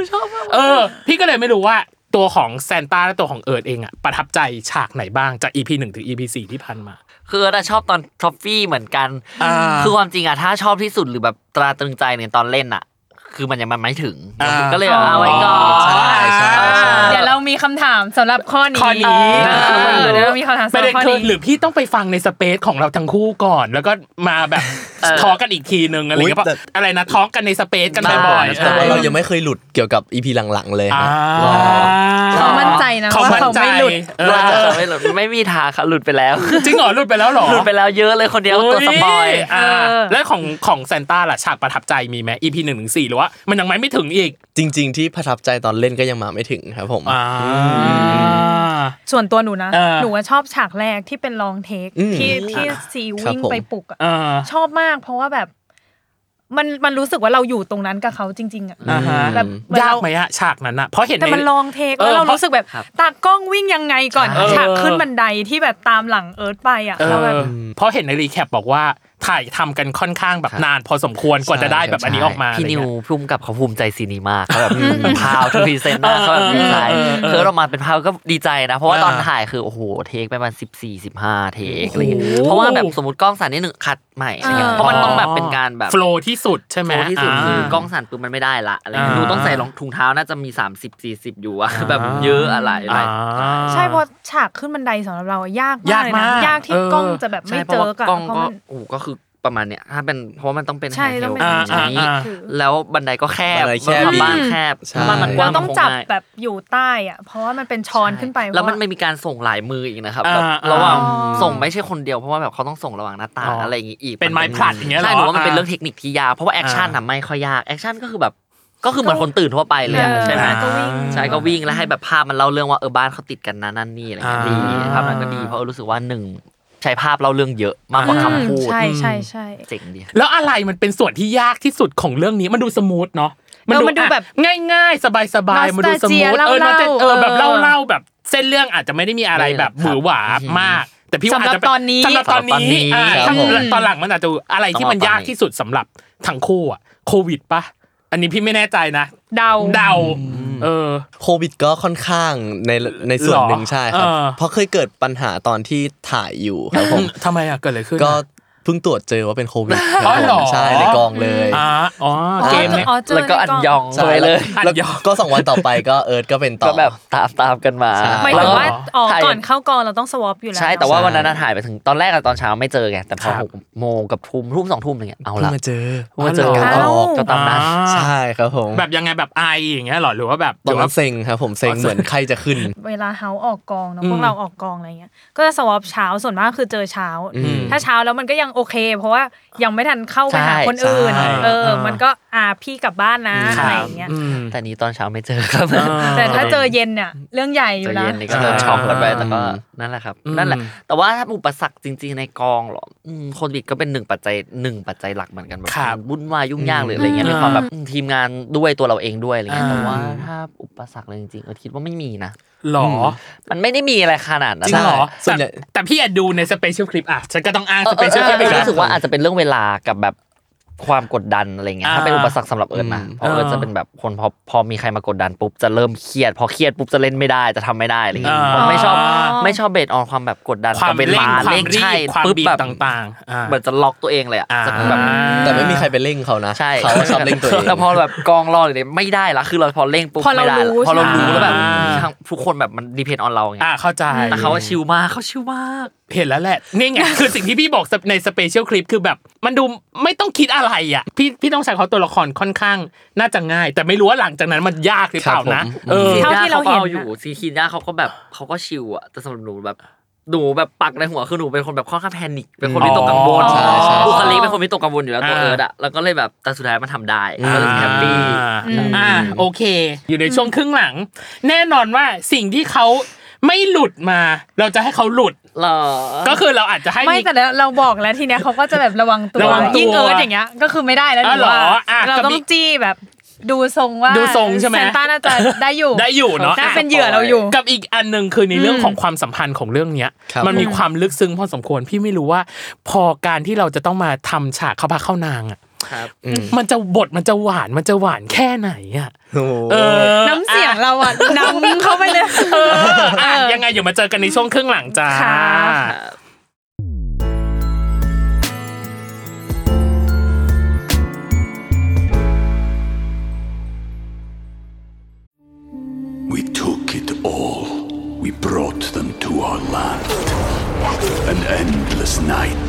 เออ พี่ก็เลยไม่รู้ว่าตัวของแซนต้าและตัวของเอิร์ดเองอะประทับใจฉากไหนบ้างจาก EP หนึ่งถึง EP สี่ที่พันมา คือเราชอบตอนท็อฟฟี่เหมือนกัน อ่า คือความจริงอะถ้าชอบที่สุดหรือแบบตราตรึงใจเนี่ยตอนเล่นอะคือมันยังมันไม่ถึง อ่า ก็เลยแบบเอาไว้ก่อน ใช่ใช่ใช่ เดี๋ยวเรามีคำถามสำหรับข้อนี้ ข้อนี้ เออเดี๋ยวเรามีคำถามสำ ไม่ หรั ได้ บข้อ คือหรื นี้ อพี่ต้องไปฟังในสเปซของเราทั้งคู่ก่อน แล้วก็มาแบบทอล์กกันอีกทีนึงอะไรอย่างเงี้ย อุ๊ เพ ยแต่ ราะอะไรนะทอล์กกันในสเปซกันบ่อยๆ ใช่ แต่ว่าเรา ออ ยังไม่เคยหลุดเกี่ยวกับอีพีหลังๆเลย อ่า ฮะ เขามั่นใจนะว่าเขาไม่หลุด เอ น่าจะ อ ไม่หลุดไม่มีทางค่ะหลุดไปแล้ว จริงเหรอหลุดไปแล้วเหรอ หลุดไปแล้วเยอะเลยคนเดียวตัวสปอย โอ่า เออ แล้วของของแซนต้าล่ะฉากประทับใจมีไหม EP หนึ่งถึงสี่หรือว่า มันยังไม่ไม่ถึงอีก จริง ๆ ที่ประทับใจตอนเล่นก็ยังมาไม่ถึงครับผม อ่า ส่วนตัวหนูนะ เออ หนูว่าชอบฉากแรกที่เป็นลองเทค อืม ที่ที่ซี ครับ วิ่ง ผม ไปปลุกอะ อ่า ชอบมากเพราะว่าแบบ มันมันรู้สึกว่าเราอยู่ตรงนั้นกับเขาจริง ๆอะ อ่าฮะ แบบเหมือน ยาก เรา ไหมอะฉากนั้นอะเพราะเห็น แต่มัน ใ ลองเทค เอ แล้ อ วเรา เพราะ รู้สึกแบบตากล้องวิ่งยังไงก่อน เออ ฉากขึ้นบันไดที่แบบตามหลังเอิร์ธไปอะ เอ แล้วแบบ อเพราะเห็นในรีแคปบอกว่าถ่ายทำกันค่อนข้างแบบนาน พอสมควรกว่าจะได้แบบอันนี้ออกมา พี่นิว อะไรเงี้ย พุ่มกับเขาภูมิใจซีนีมากเขาแบบพาวทูพีเซนต์มากเขาแบบดีใจคือออกมาเป็นพาวก็ดีใจนะ เพราะว่า อ่า ตอนถ่ายคือโอ้โหเทคไปประมาณสิบสี่สิบห้าเทคอะไรเงี้ยเพราะว่าแบบสมมติกล้องสั่นนิดหนึ่งคัดใหม่อะไรเงี้ย อ่า เพราะมันต้องแบบเป็นการแบบ โฟลว์ที่สุดใช่ไหม โฟลว์ที่สุด อ่า คือกล้องสั่นปุ๊บมันไม่ได้ละอะไรเงี้ย อ่า ดูต้องใส่รองถุงเท้าน่าจะมี 30 40 อยู่อะแบบเยอะอะไรอะไร อ่า ใช่เพราะฉากขึ้นบันไดสำหรับเราอะยากมากเลย ยากมา นะ ก ยากที่ เออ กล้องจะแบบไม่ ใช่เพ เจ ราะ อ ว่า กัน กล้อง เพราะ ก็ มัน โอ้โหก็คือประมาณเนี้ยถ้าเป็นเพราะว่ามันต้องเป็น ใช่ ไฮเท ต้อ ล งเป็น อ่า อย่า อ่าง นี้ อ่า แล้วบันไดก็แคบ บันไดแคบ แล้วบ้านแคบ ใช่ บ้านมันกว้า เรา ง ต้อง มันค จับ ง่าย แบบอยู่ใต้อะเพราะว่ามันเป็นช้อนขึ้นไป ใช่แล้วมัน เพราะ ไม่ ว่า มีการส่งหลายมืออีกนะครับ อ่า แบบ อ่า ระหว่าง อ๋อ ส่งไม่ใช่คนเดียวเพราะว่าแบบเขาต้องส่งระหว่างหน้าต่า อ๋ ง ออ อะไรอย่างงี้อีก เป็นไม้ผลัดอย่างเงี้ยเหรอ ใช่หนูว่ามันเป็น อ่า เรื่องเทคนิคที่ยากเพราะว่าแอคชั่นน่ะไม่ค่อยยากแอคชั่นก็คือแบบก็คือเหมือนคนตื่นทั่วไปเลยอะ เออ ใช่ไหม ก็วิ่ง ใช่ก็วิ่งแล้วให้แบบภาพมันเล่าเรื่องว่าเออบ้านเขาติดกันนะนั่นนี่อะไรอย่างเงี้ยดี อ่า ภาพนั้นก็ดีเพราะรู้สึกว่าหนึ่งใช้ภาพเล่าเรื่องเยอะมากกว่าคำพูด ใช่ใช่ใช่ เจ๋งดี แล้วอะไรมันเป็นส่วนที่ยากที่สุดของเรื่องนี้มันดูสมูทเนาะ เออมันดูแบบ ง่ายง่ายๆ สบายๆ Nostalgia มันดูสมูทเออ เล่าๆ Nostalgia เออแบบเล่าเล่าๆแบบเส้นเรื่องอาจจะไม่ได้มีอะไรแบบหวือหวามาก แต่พี่ว่าอาจจะเป็ สำหรับตอนนี้ สำหรับตอน สำหรับตอนนี้ นี้อ่า ครับผม ตอนหลังมันอาจจะอะไรที่มันยากที่สุดสำหรับทั้งคู่อะโควิดปะอันนี้พี่ไม่แน่ใจนะ เดา เดาเออ โควิดก็ค่อนข้างในในส่วนหนึ่ง หรอ ใช่ครับ เออ เพราะเคยเกิดปัญหาตอนที่ถ่ายอยู่ครับผม ทำไมอะเกิดอะไรขึ้น ก็ เพิ่งตรวจเจอว่าเป็นโควิด อ๋อเหรอ ใช่ในกองเลย อ่าอ๋อเกมเนี่ย อ๋อเจอ แล้วก็อันยอง ใช่ ไปเลย แล้ว อันยอม ก็สองวันต่อไปก็เอิร์ธก็เป็นต่อ ก็แบบตามตามกันมา ใช่ หมาย แล้ ถึง ก็ ว่าอ๋อ ถ่าย ก่อนเข้ากองเราต้องสวอปอยู่แล้ว ใช่แต่ว่า ใช่ วันนั้นน่ะถ่ายไปถึงตอนแรกอะตอนเช้าไม่เจอไงแต่พอ ครับ หกโมงกับทุ่มทุ่มสองทุ่มอะไรเงี้ยเอา เพิ่ง ละ มาเจอ เพิ่งมาเจอกัน เอ้า ก็ตามนั้น ใช่ครับผม แบบยังไงแบบไออย่างเงี้ยเหรอหรือว่าแบบ ตอน หรื นั้ ว่า นเซ็งครับผมเซ็งเหมือนไข้จะขึ้น เวลาเฮาออกกองเนาะ อืม พวกเราออกกองอะไรเงี้ยก็จะสวอปเช้าส่วนมากคือเจอเช้า อืม ถ้าเช้าแล้วมันก็ยังโอเค เพราะว่ายังไม่ทันเข้าไปหา ใช่ คนอื่น ใช่ เออ อ่ามั มันก็อ่าพี่กลับบ้านนะ ค อะไรอรับ ย่างเงี้ย อืม แต่นี้ตอนเช้าไม่เจอครับ อ่า แต่ถ้าเจอเย็นเนี่ยเรื่องใหญ่อ เจอยู่ เย็ นะ นนี่ก็เริ่มช็อกกันไปแต่ก็ อืม นั่นแหละครับ อืม นั่นแหละ แต่ว่าถ้าอุปสรรคจริง ๆในกองเหรออืมโควิดก็เป็นหนึ่งปัจจัยหนึ่งปัจจัยหลักเหมือนกันแบบ ครับ วุ่นวายยุ่งยากหรืออะไร อืม เงี้ยมีความแบบทีมงานด้วยตัวเราเองด้วยอะไรเงี้อ่ายแต่ว่าถ้าอุปสรรคเลยจริงๆเออคิดว่าไม่มีนะ หรอ มันไม่ได้มีอะไรขนาดนั้น จริงเหรอ ส่วนใหญ่ แต่แต่พี่อะดูในสเปเชียลคลิปอ่ะ ฉันก็ต้องอ้าง เอ ส อเอ เป อ เชียล เอ คลิปออีก ก็ แล้ว รู้สึกว่าอาจจะเป็นเรื่องเวลากับแบบความกดดันอะไรเงี้ย อ่า ถ้าเป็นอุปสรรคสำหรับเอิญนะ อืม เพราะเอิญจะเป็นแบบคนพอพอมีใครมากดดันปุ๊บจะเริ่มเครียด พอเครียดปุ๊บจะเล่นไม่ได้จะทำไม่ได้อะไรเงี้ย อ่า ผมไม่ชอบ ไม่ชอบเบสออนความแบบกดดัน ความ กับ เร่ง ล ความรี ใช่ บความ ปุ๊บ บีบ แบบ ต่างๆอ่า เหมือนจะล็อกตัวเองเลยอ่ะ อ่า จะแบบ แต่ไม่มีใครไปเร่งเขานะ ใช่ เขาชอบเร่งตัวเอง แต่พอแบบกองรออยู่เนี่ยไม่ได้ละคือเราพอเร่งปุ๊บ พอเรา ไม่ได้ละ รู้ พอเรารู้ ใช่ แล้วแบบ อ่า ทั้งทุกคนแบบมันดีเพนออนเราไง อ่าเข้าใจ แต่เขาว่าชิลมากเขาชิลมาก เห็นแล้วแหละนี่ไง คือสิ่งที่พี่บอกในสเปเชียลคลิปคือแบบ มันดูไม่ต้องคิดอะไรอ่ะ พี่พี่ต้องใช้เขาตัวละครค่อนข้างน่าจะง่าย แต่ไม่รู้ว่าหลังจากนั้นมันยากหรือเปล่าครันะบผม เออ ซี เท่า น่า ที่เรา เขาก็ เห็น เอาอยู่ น่ะ ซีคีน่าเขาก็แบบเขาก็ชิลอะแต่สำหรับหนูแบบหนูแบบปักในหัวคือหนูเป็นคนแบบค่อนข้างแพนิคเป็นคนวิตกกังวล อ๋อ ใช่ใช่ บุคลิกเป็นคนวิตกกังวลอยู่แล้วตัว อ่า เอิร์ดอะแล้วก็เลยแบบแต่สุดท้ายมันทำได้ก็เลยแฮปปี้ อืม อ่าโอเค อยู่ในช่วงครึ่งหลัง แน่นอนว่าสิ่งที่เขาไม่หลุดมา เราจะให้เขาหลุด เหรอ ก็คือเราอาจจะให้ ไม่แต่เราเราบอกแล้วทีเนี้ยเขาก็จะแบบ ระวังตัว ระวังตัว ยิ่งเอิร์ธอย่างเงี้ยก็คือไม่ได้แล้ว อ๋อ หรือว่า เหรออ่ะ เรา ก็ ต้อ มี งจี้แบบดูทรงว่า ดูทรงใช่ไหม ซนต้าน่าจะได้อยู่ ได้อยู่เนอะ น่เป็นเหยื่อเราอยู่ กับอีกอันหนึ่งคือในเรื่องของความสัมพันธ์ของเรื่องเนี้ย ครับ มันมีความลึกซึ้งพอสมควรพี่ไม่รู้ว่า พอการที่เราจะต้องมาทำฉากเข้าพระเข้านางอ่ะ ครับ มันจะบทมันจะหวานมันจะหวานแค่ไหนอ่ะ โอ้โห เออ น้ำเสียงเราอ่ะนำเข้าไปเลย เอออ่ะยังไงอยู่มาเจอกันในช่วงครึ่งหลังจ้า ค่ะ We took it all. We brought them to our land. An endless night,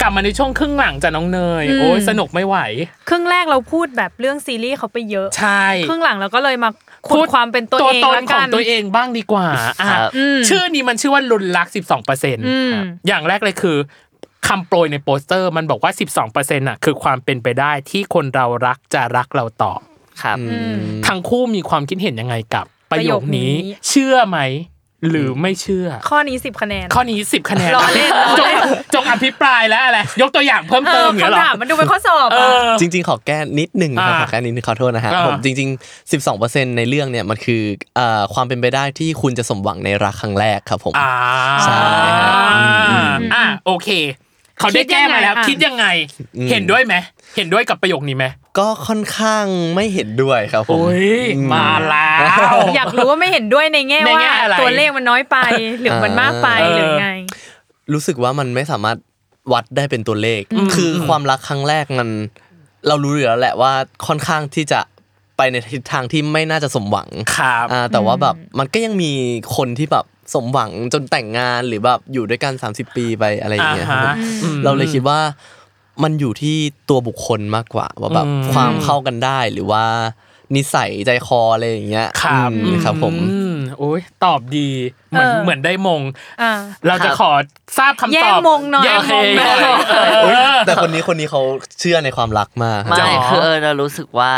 กลับมาในช่วงครึ่งหลังจ้ะน้องเนย โอ้ยสนุกไม่ไหว ครึ่งแรกเราพูดแบบเรื่องซีรีส์เขาไปเยอะ ใช่ ครึ่งหลังเราก็เลยมาขุดความเป็นตัว ตัว เอง ตน ละ ขอ กั ง น ตัวเองบ้างดีกว่าอ่ะ ครับ ชื่อนี้มันชื่อว่าลุนลักษณ์12เปอร์เซ็นต์ อืม อย่างแรกเลยคือคำโปรยในโปสเตอร์มันบอกว่า 12%น่ะคือความเป็นไปได้ที่คนเรารักจะรักเราตอบ ครับ ทั้งคู่มีความคิดเห็นยังไงกับ ประโยคนี้ ประโยคนี้ เชื่อไหม หรือไม่เชื่อ ข้อนี้สิบคะแนน ข้อนี้ 10 คะแนน ล้อเล่นล้อ จง เล่น จงอภิปรายและอะไรยกตัวอย่างเพิ่ม เอ เติ อ มอย่างเงี้ยเหร คำ อ ถามมันดูเป็นข้อสอบ เอ อะ อ จริงๆ ขอแก้นิดหนึ่งนะครับ อ่า ขอแก้นิดนึงขอโทษนะฮะ อ่า ผมจริง ๆ 12%ในเรื่องเนี่ยมันคืออ่าความเป็นไปได้ที่คุณจะสมหวังในรักครั้งแรกครับผม ่า ใช่ฮะอืม อ่าโอเค เขาได้แก้มาแล้ว คิ คิด ดยั ยัง ง ไง ไง เห็นด้วยไหมเห็นด้วยกับประโยคนี้ไหม ก็ค่อนข้างไม่เห็นด้วยครับผม โอ้ยมาแล้ว อยากรู้ว่าไม่เห็นด้วยในแง่ ใน ว่า แง่อะไร ตัวเลขมันน้อยไป หรือมันมากไป เออ หรือไง รู้สึกว่ามันไม่สามารถวัดได้เป็นตัวเลข คือความรักครั้งแรกมันเรารู้อยู่แล้วแหละว่าค่อนข้างที่จะไปในทิศทางที่ไม่น่าจะสมหวัง ครับ อ่าแต่ว่าแบบมันก็ยังมีคนที่แบบสมหวังจนแต่งงานหรือแบบอยู่ด้วยกัน 30 ปีไปอะไรอย่างเงี้ย อ่าฮะ ครับผมเราเลยคิดว่ามันอยู่ที่ตัวบุคคลมากกว่าว่าแบบ อืม ความเข้ากันได้หรือว่านิสัยใจคออะไรอย่างเงี้ย ครับ อืมครับผม อืมโอ้ยตอบดีเหมือน เออ เหมือนได้มง อ่า เราจะขอทราบคำตอบ แย่งมงหน่อย แย่งมงหน่อยเออ แต่คนนี้คนนี้เขาเชื่อในความรักมากครับ จ๋อ ไม่คือเออเรารู้สึกว่า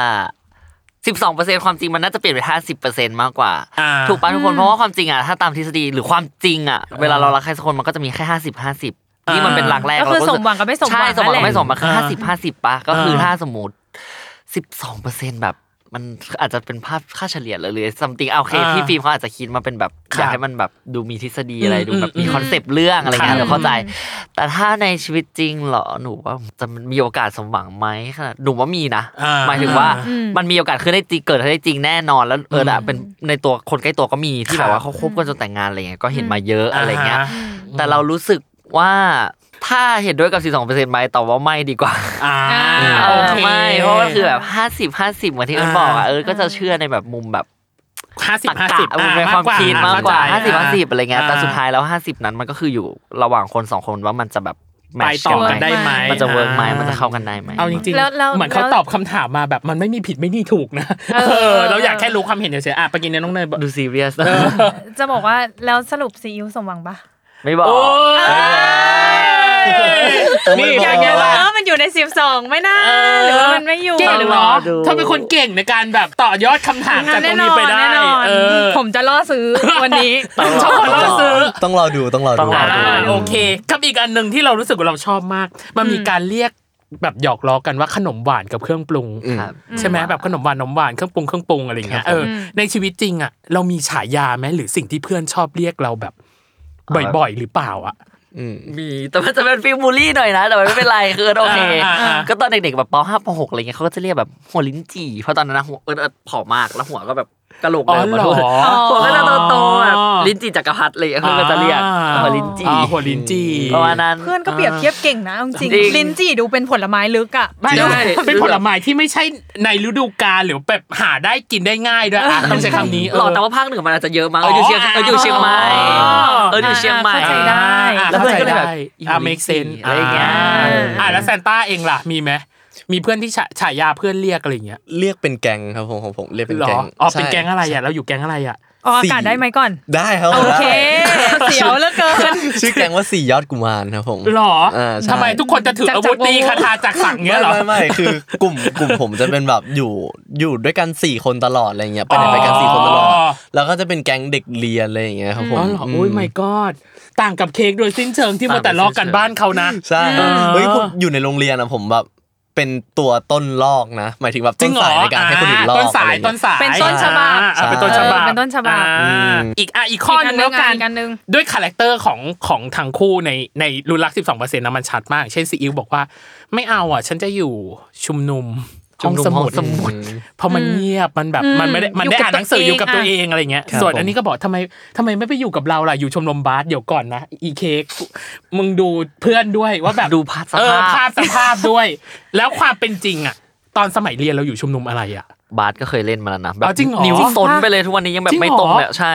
12%ความจริงมันน่าจะเปลี่ยนไป 50%มากกว่า อ่า ถูกป่ะทุกคน เพราะว่าความจริงอ่ะ ถ้าตามทฤษฎีหรือความจริงอ่ะ เวลาเรารักใครสักคนมันก็จะมีแค่ 50 50 ที่มันเป็นหลักแรก ก็คือ เราสึ สมหวังกับไม่สมหวัง ใช่สมหวัง นั่นแหละ กับไม่สมหวังคือห้าสิบห้าสิบปะก็คือ เออ ถ้าสมมติสิบสองเปอร์เซ็นแบบ มันอาจจะเป็นภาพค่าเฉลี่ยเลยหรือ something เอาโอเคพี่ฟิล์มเขาอาจจะคิดมาเป็นแบบ ครับ อยากให้มันแบบดูมีทฤษฎีอะไร อืม ดูแบบมี อืม คอนเซปต์เรื่องอะไรเงี้ ครั ย บ เราเข้าใจ แต่ถ้าในชีวิตจริงเหรอหนูว่าจะมีโอกาสสมหวังไหมขนาดหนูว่ามีนะ อ่า หมายถึงว่า อืม มันมีโอกาสขึ้นได้จริงเกิดขึ้นได้จริงแน่นอนแล้วเอออะเป็นในตัวคนใกล้ตัวก็มีที่ ครั แบบ บว่าเขาคบกันจนแต่งงานอะไรเงี้ยก็เห็นมาเยอะ อ่าฮะ อะไรเงี้ยแต่เรารู้สึกว่าถ้าเห็นด้วยกับ42เปอร์เซ็นต์ไหมแต่ว่าไม่ดีกว่า อ่า เอ โอ อ เค ไม่เพราะว่าคือแบบ 50 50เหมือนที่เอิญบอกอ่ะ อ่า เอิญก็จะเชื่อในแบบมุมแบบ ห้าสิบ ตรห้ากระ สิบ มุมในความคิดมากกว่า 50 50อะไรเงี้ยแต่สุดท้ายแล้ว 50 นั้นมันก็คืออยู่ระหว่างคนสองคนว่ามันจะแบบแม ไป ทช์ ต่อนกัไหม กันได้ไหม มันจะเวิร์กไหมมันจะเข้ากันได้ไหม เอาจริง แล้วแล้ว ๆเหมือนเขาตอบคำถามมาแบบมันไม่มีผิดไม่มีถูกนะ เออ เออเราอยากแค่รู้ความเห็นเฉยๆอ่ะไปกินเนี่ยน้องเนยบอก ดูซีเรียส จะบอกว่าแล้วสรุปซีอิ๊วสมหวังปะ ไม่บอก โอ้ยนี่อย่างเงี้ยล่ะ เออมันอยู่ในสิบสองไม่น่าหรือว่ามันไม่อยู่ เก่ง หรือ เหร ว่า อเธอเป็นคนเก่งในการแบบต่อยอดคำถามจากตร แน่ ง น นี้ อน ไปได้ แน่นอน เออ ผมจะล่อซื้อวันนี้ ชอบคนล่อซื้อ ต้องรอดูต้องรอดูต้องรอดู อ่าโอเคกับอีกอันหนึ่งที่เรารู้สึกว่าเราชอบมาก มันมีการเรียกแบบหยอกล้อกันว่าขนมหวานกับเครื่องปรุง ครับ ใช่ไหมแบบขนมหวานนมหวานเครื่องปรุงเครื่องปรุงอะไรอย่างเงี้ยเอออในชีวิตจริงอ่ะเรามีฉายาไหมหรือสิ่งที่เพื่อนชอบเรียกเราแบบบ่อยๆ หรือเปล่าอ่ะ มีแต่มันจะเป็นฟิลมูลลี่หน่อยนะ แต่มันไม่เป็นไรคือเอิร์ธโอเค อ่าอ่าอ่า ก็ตอนเด็กๆแบบป .5 ป .6 อะไรเงี้ยเขาก็จะเรียกแบบหัวลิ้นจี่เพราะตอนนั้นนะหัวเอิร์ธเอิร์ธผอมมากแล้วหัวก็แบบกระโหลก อ๋ เดิ อ ม เหรอ มาด้วยหัวก็จะโตๆแบบ อ๋อ ลิ้นจี่จักรพรรดิอะไรเลยเขาก็จะเรียก อ่า หัวลิ้นจี่ อ่าหัวลิ้นจี่ ประมาณนั้น เพื่อนก็เปรียบเทียบเก่งนะเอาจริง จริง ลิ้นจี่ดูเป็นผลไม้ลึกอ่ะ ไม่ ใช่ เป็นผลไม้ที่ไม่ใช่ในฤดูกาลหรือแบบหาได้กินได้ง่ายด้วยอ่ะต้องใช้คำนี้ หล่อแต่ เ ว่าภาคเหนือมันอาจจะเยอะมั้งเอออยู่เชียงเอออยู่เชียงใหม่ อ๋อ เอออยู่เชียงใหม่ เข้าใจได้ อ่ะ แล้วเพื่อนก็เลยแบบ ข้าใจได้อ่ะ make sense อะไรอย่างเงี้ย อ่ะแล้วแซนต้าเองล่ะมีไหมมีเพื่อนที่ฉะฉายาเพื่อนเรียกอะไรอย่างเงี้ย เรียกเป็นแกงครับผมของผมเรียกเป็น หร แก อง อ๋อเป็น ใช่ แก๊งอะไรอ่ะเราอยู่แก๊งอะไรอ่ะ ออกอากาศได้ไหมก่อน ได้ครับผ โอ ม เค เสียวเหลือเกิน ชื่อแกงว่าสี่ยอดกุมารครับผม หรอ เออใช่ ทำไมทุกคนจะถือ จาก อาวุธตี จากวง คาถาจากสังเงี้ย ไม่ เหรอ ไม่ไม่คือกลุ่มกลุ่มผมจะเป็นแบบอยู่อยู่ด้วยกันสี่คนตลอดอะไรเงี้ยไปไหนไปกันสี่คนตลอด อ๋อ แล้วก็จะเป็นแก๊งเด็กเรียนอะไรอย่างเงี้ยครับผม อ๋อเหรออุ้ยไม่กอดต่างกับเค้กโดยสิ้นเชิงที่มาแต่ลอกกันบ้านเขานะ ใช่ อ่า เฮ้ยผมอยู่ในโรงเรียนอะผมแบบเป็นตัวต้นลอกนะ หมายถึงแบบ จริ ต้ ง น เหรอ สายในการให้คนอื่นลอก ต้นสาย อะไรเงี้ ต้นสาย เป็นต้นฉบับ อ่าเป็นต้นฉบับ เออเป็นต้นฉบับ อ่าอีกอ่ะอีกข้อหนึงแล้วกัน อีกันหนึ่ง ด้วยคาแรคเตอร์ของของทั้งคู่ในในรุนรักสิบสองเปอร์เซ็นต์นะมันชัดมาก เช่นซีอิ๊วบอกว่าไม่เอาอ่ะ ฉันจะอยู่ชุมนุม ชุ ห้อ ม ง นุม สมุด ห้องสมุด เพราะมันเงียบมันแบบมันไม่ได้มันได้อ่านหนังสืออยู่กับตัวเองอะไรเงี้ยส่วนอันนี้ก็บอกทำไมทำไมไม่ไปอยู่กับเราล่ะอยู่ชมรมบาสเดี๋ยวก่อนนะอีเค้กมึงดูเพื่อนด้วยว่าแบบ ดูภาพส เออ ภาพ ภาพสภาพด้วย แล้วความเป็นจริงอ่ะ ตอนสมัยเรียนเราอยู่ชุมนุมอะไรอ่ะ บาสก็เคยเล่นมาแล้วนะแบ เอา บ จริงเหรอ นิ้ว จริงปะ ซนไปเลยทุกวันนี้ยังแบ จริ บ งเหรอ ไม่ตรงเลยอะใช่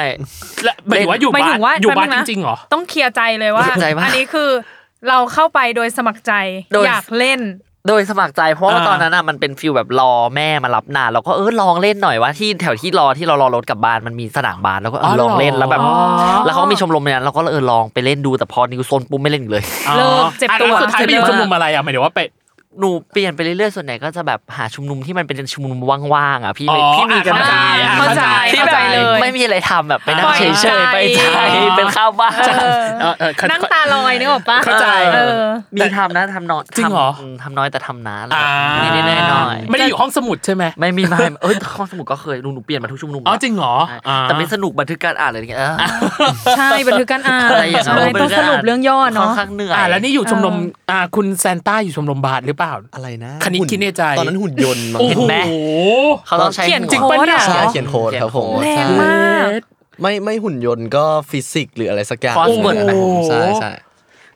และหมายถึงว่าอยู่ หมาย บ้า ถึ น งว่า อยู่บ้าน แป๊บนึงจนะ ริงๆเหรอ ต้องเคลียร์ใจเลยว่า เคลียร์ใจปะ อันนี้คือเราเข้าไปโดยสมัครใจ โดย อยากเล่น โดยสมัครใจเพราะว่า อ่า ตอนนั้นน่ะมันเป็นฟิลแบบรอแม่มารับนานเราก็เออลองเล่นหน่อยว่าที่แถวที่รอที่เรารอรถกลับบ้านมันมีสนามบาสแล้วก็เออ อ๋อเหร ล อ องเล่นแล้วแบบ อ๋อ แล้วเขาก็มีชมรมเนี่ยเราก็เออลองไปเล่นดูแต่พอนิวโซนปุ๊บไม่เล่นอีกเลย เลิกเจ็บ อ่ะ ตัว แล้สุดท้ายไป เจ็บ อยู่ ตัว ชุมนุมอะไรอ่ะหมายถึงว่าไป หนูเปลี่ยนไปเรื่อยๆส่วนไหนก็จะแบบหาชุมนุมที่มันเป็นชุมนุมว่างๆอ่ะพี่ อ๋อ พี่มีกัน อ่ะเข้าใจ บ้ง อ่ะ เข้าใจ ที่แบเข้าบใจเลย ไม่มีอะไรทำแบบไปปนั่ล่ ง อย เฉยๆไป ใจ ใจเป็นข้าวบ้าน เออ เออเออเข้า นั่งตาลอยนึกออกปะ เข้าใจ เออ มีทำนะทำน้อย จริงเหรอ ทำมทำน้อยแต่ทำนะอะไร อ่า แบบนิดๆหน่อยๆ ไม่ได้อยู่ห้องสมุดใช่ไหม ไม่มีไม่เอ้ยห้องสมุดก็เคยหนูหนูเปลี่ยนมาทุกชุมนุม อ๋อจริงเหรอ ใช่ อ่า แต่ไม่สนุกบันทึกการอ่านอะไรอย่างเงี้ยเออ ใช่บันทึกการอ่าน อะไรอย่างเงี้ย ใช่ต้องสรุปเรื่องย่อ ค่ เนาะ อนข้างเหนื่อย อ่าแล้วนี่อยู่ชมรมอ่าคุณแซนต้าอยู่ชมรมบาสหรือเปล่า อะไรนะ คณิต หุ่ คิดในใจ ตอนนั้นหุ่นยนต์มั้ง โอ้โห เขาต้องใช้ เขียน หัว จริงปะเนี่ย ใช่เขียนโค้ดครับผม แร ใช่ งมาก ไม่ไม่หุ่นยนต์ก็ฟิสิกส์หรืออะไรสักอย่าง โอ้โห เหมือนกันนะผมใช่ใช่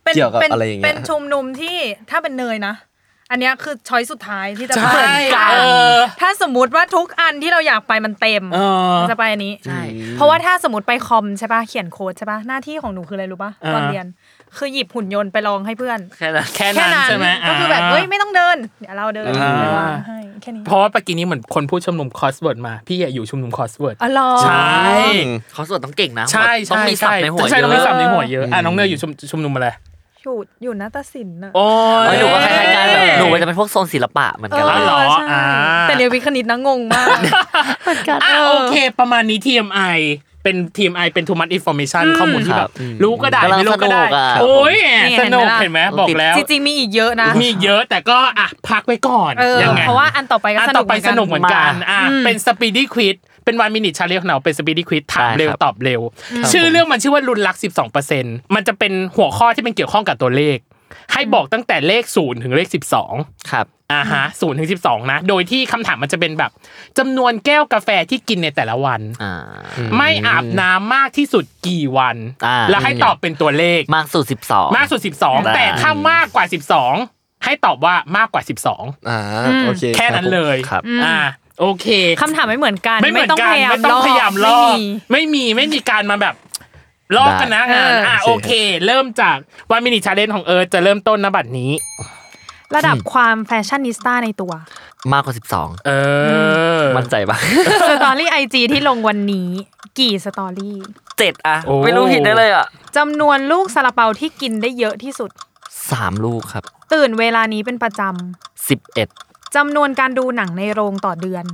เป็น เกี่ยวกับ เป็น อะไรอย่างเงี้ย เป็นชุมนุมที่ถ้าเป็นเนยนะ อันเนี้ยคือช้อยสุดท้ายที่จะไป ใช่เออ ถ้าสมมุติว่าทุกอันที่เราอยากไปมันเต็ม เออ จะไปอันนี้ ใช่ เพราะว่าถ้าสมมติไปคอมใช่ป่ะเขียนโค้ดใช่ป่ะหน้าที่ของหนูคืออะไรรู้ป่ะ อ่า ตอนเรียน คือหยิบหุ่นยนต์ไปลองให้เพื่อน แค่นั้น แค่นั้นใช่ไหม ก็คือแบบ า เฮ้ยไม่ต้องเดิน เดี๋ยวเราเดิน อ่า เดี๋ยววางให้แค่นี้ เพราะว่าปกี้นี้เหมือนคนพูดชมรมคอสเวิร์ดมาพี่อะอยู่ชมรมคอสเวิร์ด อ๋อเหรอ ใช่ เขาสวดต้องเก่งนะ ใช่ ต้อง ใช่ มีศัพท์ในหัว ใช่ เย ต้องมี อะ สับในหัวเยอะอ่ะน้องเนยอยู่ชุมชุมนุมอะไร อยู่อยู่นาฏศิลป์น่ะ โอ้ เออหนูก็คล้ายๆกันแบบหนูมันจะเป็นพวกโซนศิลปะเหมือนกัน อ๋อเหรอ ใช่ อ่า แต่เรียนวิทย์คณิตนะงงมาก อ่ะโอเค ประมาณนี้ TMI เป็น TMI เป็น too much information ข้อมูลที่ ค แบ รับ บอืม รู้ก็ได้ กำลัง ไม่รู้ก็ได้ สนุกอะ โอ้ย นี่ ส เห็นไหม นุก ล่ะ เห็นไหมบอกแล้ว จริงๆมีอีกเยอะนะ มีเยอะแต่ก็อ่ะพักไว้ก่อน เออ ยังไง เพราะว่าอันต่อไปก็ อ่ะ ส ต่ นุ อก เห ไป มือน ส กัน นุกเหมือนกันอ่ะ อืม เป็นสปีดี้ควิดเป็นวันมินิชาเลนของเราเป็นสปีดี้ควิดถาม ใช่ เร็ว ครับ ตอบเร็ว ชื่อเรื่องมันชื่อว่ารุนรัก 12%มันจะเป็นหัวข้อที่เป็นเกี่ยวข้องกับตัวเลข ให้บอกตั้งแต่เลข0ถึงเลข 12 ครับ อ่าฮะศูนย์ถึงสิบสองนะ โดยที่คำถามมันจะเป็นแบบจำนวนแก้วกาแฟที่กินในแต่ละวัน อ่า ไม่อาบน้ำมากที่สุดกี่วัน อ่า แล้วให้ตอบเป็นตัวเลข มากสุดสิบสอง มากสุด 12 ได้ แต่ถ้ามากกว่า 12 ให้ตอบว่ามากกว่า อ่าโอเค 12 แค่นั้น รับผม เลย ครับ อ่าโอเค คำถามไม่เหมือนกัน ไม่เหมือน ต้อง กัน พยายาม ไม่ต้องพยายามล อ อก ก ไม่มีไม่มีการมาแบบลอกกันนะ ได้ งานอ่ะ โอเค โอเค เริ่มจากวันมินิชาเลนของเอิร์ธจะเริ่มต้นนบัตรนี้ ระดับความแฟชั่นนิสต้าในตัว มากกว่าสิบสอง เออ มั่นใจปะ สตอรี่ไอจีที่ลงวันนี้ กี่สตอรี่ เจ็ดอะไม่รู้ผิดได้เลยอะ จำนวนลูกซาลาเปาที่กินได้เยอะที่สุด สามลูกครับ ตื่นเวลานี้เป็นประจ สิบเอ็ด ำจำนวนการดูหนังในโรงต่อเดือน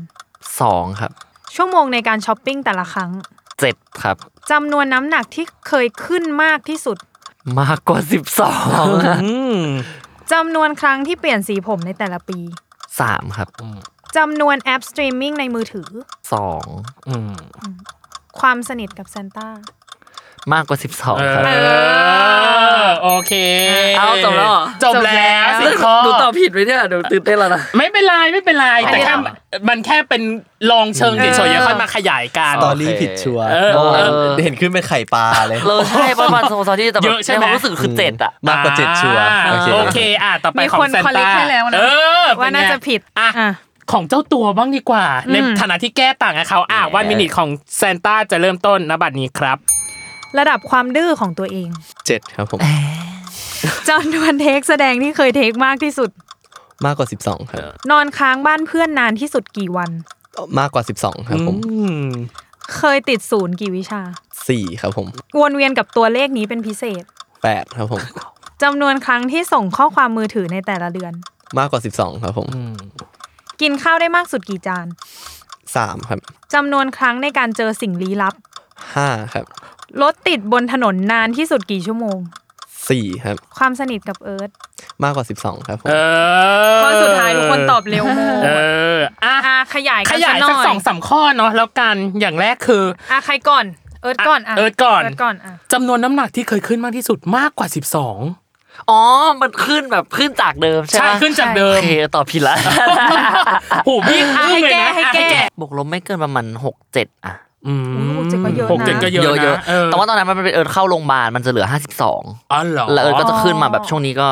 สองครับ ชั่วโมงในการช้อปปิ้งแต่ละครั้ง เจ็ดครับ จำนวนน้ำหนักที่เคยขึ้นมากที่สุด มากกว่าสิบสอง อืม จำนวนครั้งที่เปลี่ยนสีผมในแต่ละปี สามครับ จำนวนแอปสตรีมมิ่งในมือถือ สอง อืม ความสนิทกับซานต้า มากกว่าสิบสอง เอ ครับ อโอเค เอาจบแล้วเหรอ จบแล้วสิข้ ดูต อ อบผิดไปเนี่ยดูตื่นเต้นแล้วนะ ไม่เป็นไรไม่เป็นไรอันแต่แค่นี้เหรอ มันแค่เป็นลองเชิงเฉยๆยังค่อยมาขยายการ สตอรี่ผิดชัวร์ เออ โอ้ เออ เห็นขึ้นเป็นไข่ปลาเลย เราใช่ประมาณสองสองที่แต่แบบ เยอะใช่ไหม ในความรู้สึกคือเจ็ดอะ มากกว่าเจ็ดชัวร์ อ่า โอเค โอเคอ่ะต่อไป มี ของ คน ซาน คอลเลก ต้า ให้แล้วนะ เออเป็ ว่าน่า ไง จะผิด อ่ะ อ่ะ ของเจ้าตัวบ้างดีกว่า อืม ในฐานะที่แก้ต่างกับเขาอ่ะ เย้ วันมินิของซานต้าจะเริ่มต้นนบัดนี้ครับ ระดับความดื้อของตัวเอง เจ็ดครับผม จำนวนเทคแสดงที่เคยเทคมากที่สุด มากกว่าสิบสองครับ นอนค้างบ้านเพื่อนนานที่สุดกี่วัน มากกว่าสิบสองครับผม อืม เคยติดศูนย์กี่วิชา สี่ครับผม วนเวียนกับตัวเลขนี้เป็นพิเศษ แปดครับผม จำนวนครั้งที่ส่งข้อความมือถือในแต่ละเดือน มากกว่าสิบสองครับผม กินข้าวได้มากสุดกี่จาน สามครับ จำนวนครั้งในการเจอสิ่งลี้ลับ ห้าครับ รถติดบนถนนนานที่สุดกี่ชั่วโมง สี่ครับ ความสนิทกับเอิร์ธ มากกว่าสิบสองครับผม เออ ข้อสุดท้ายทุกคนตอบเร็วหมด เอออ่ะ อ่ะขยาย ข กัน ยา สัก ย หน่ สัก อ สอย งสามข้อเนาะแล้วกันอย่างแรกคือ อ่ะใครก่อน เอิร์ธก่อนอ่ะ เอิร์ธก่อน เอิร์ธก่อนอ่ะ จำนวนน้ำหนักที่เคยขึ้นมากที่สุดมากกว่า 12 อ๋อ มันขึ้นแบบขึ้นจากเดิมใช่ ใช่ ไหม ขึ้นจากเดิ โอ ม เคตอบผิดละ โหพี่ อ่ะ อึ้งเลยนะ ให้แก้ให้แก้ บวกลบไม่เกินประมาณหกเจ็ดอะ อืม โอ้โหเจ็ดก็เยอะนะ หกเจ็ดก็เยอะนะเออ แต่ว่าตอนนั้นมันเป็นเอิร์ธเข้าโรงพยาบาลมันจะเหลือห้าสิบสอง อ๋อเหรอ แล้วเอิร์ธก็จะขึ้นมาแบบช่วงนี้ก็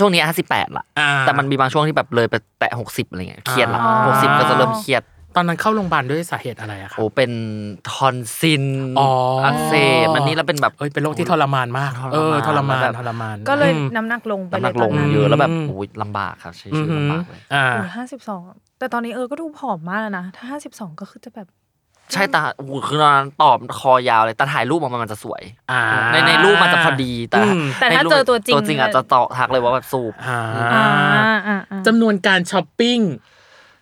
ช่วงนี้ห้าสิบแปดละ อ่า แต่มันมีบางช่วงที่แบบเลยไปแตะหกสิบอะไรเงี้ยเครียดละ อ๋ ห อ กสิบก็จะเริ่มเครียด ตอนนั้นเข้าโรงพยาบาลด้วยสาเหตุอะไรอะครับ โอ้เป็นทอนซิน อ๋ออั กเสบอันนี้แล้วเป็นแบบ เอ้ยเป็นโรคที่ทรมานมาก เออท ท รมามราน น ทรมาน ก็เลย อืม น้ำหนักลงไป น้ำห เลยตนักล อน ง นั้น เยอะแล้วแบบ อืม โอ้ยลำบากครับใช้ อื ชี ม วิตลำบากเลย อ่า ห้าสิบสองแต่ตอนนี้เออก็ดูผอมมากแล้วนะ ถ้าห้าสิบสองก็คือจะแบบ ใช่ตาโอ้โหคือตอนนั้นตอบคอยาวเลยแต่ถ่ายรูปออกมามันจะสวย อ่า ในในรูปมันจะพอดีแต่ อืม แต่ถ้า ในป เจอตัวจริง ตัวจริงอาจจะตอกทักเลยว่าแบบสูบ อ่า อ่าอ่า จำนวนการช้อปปิ้ง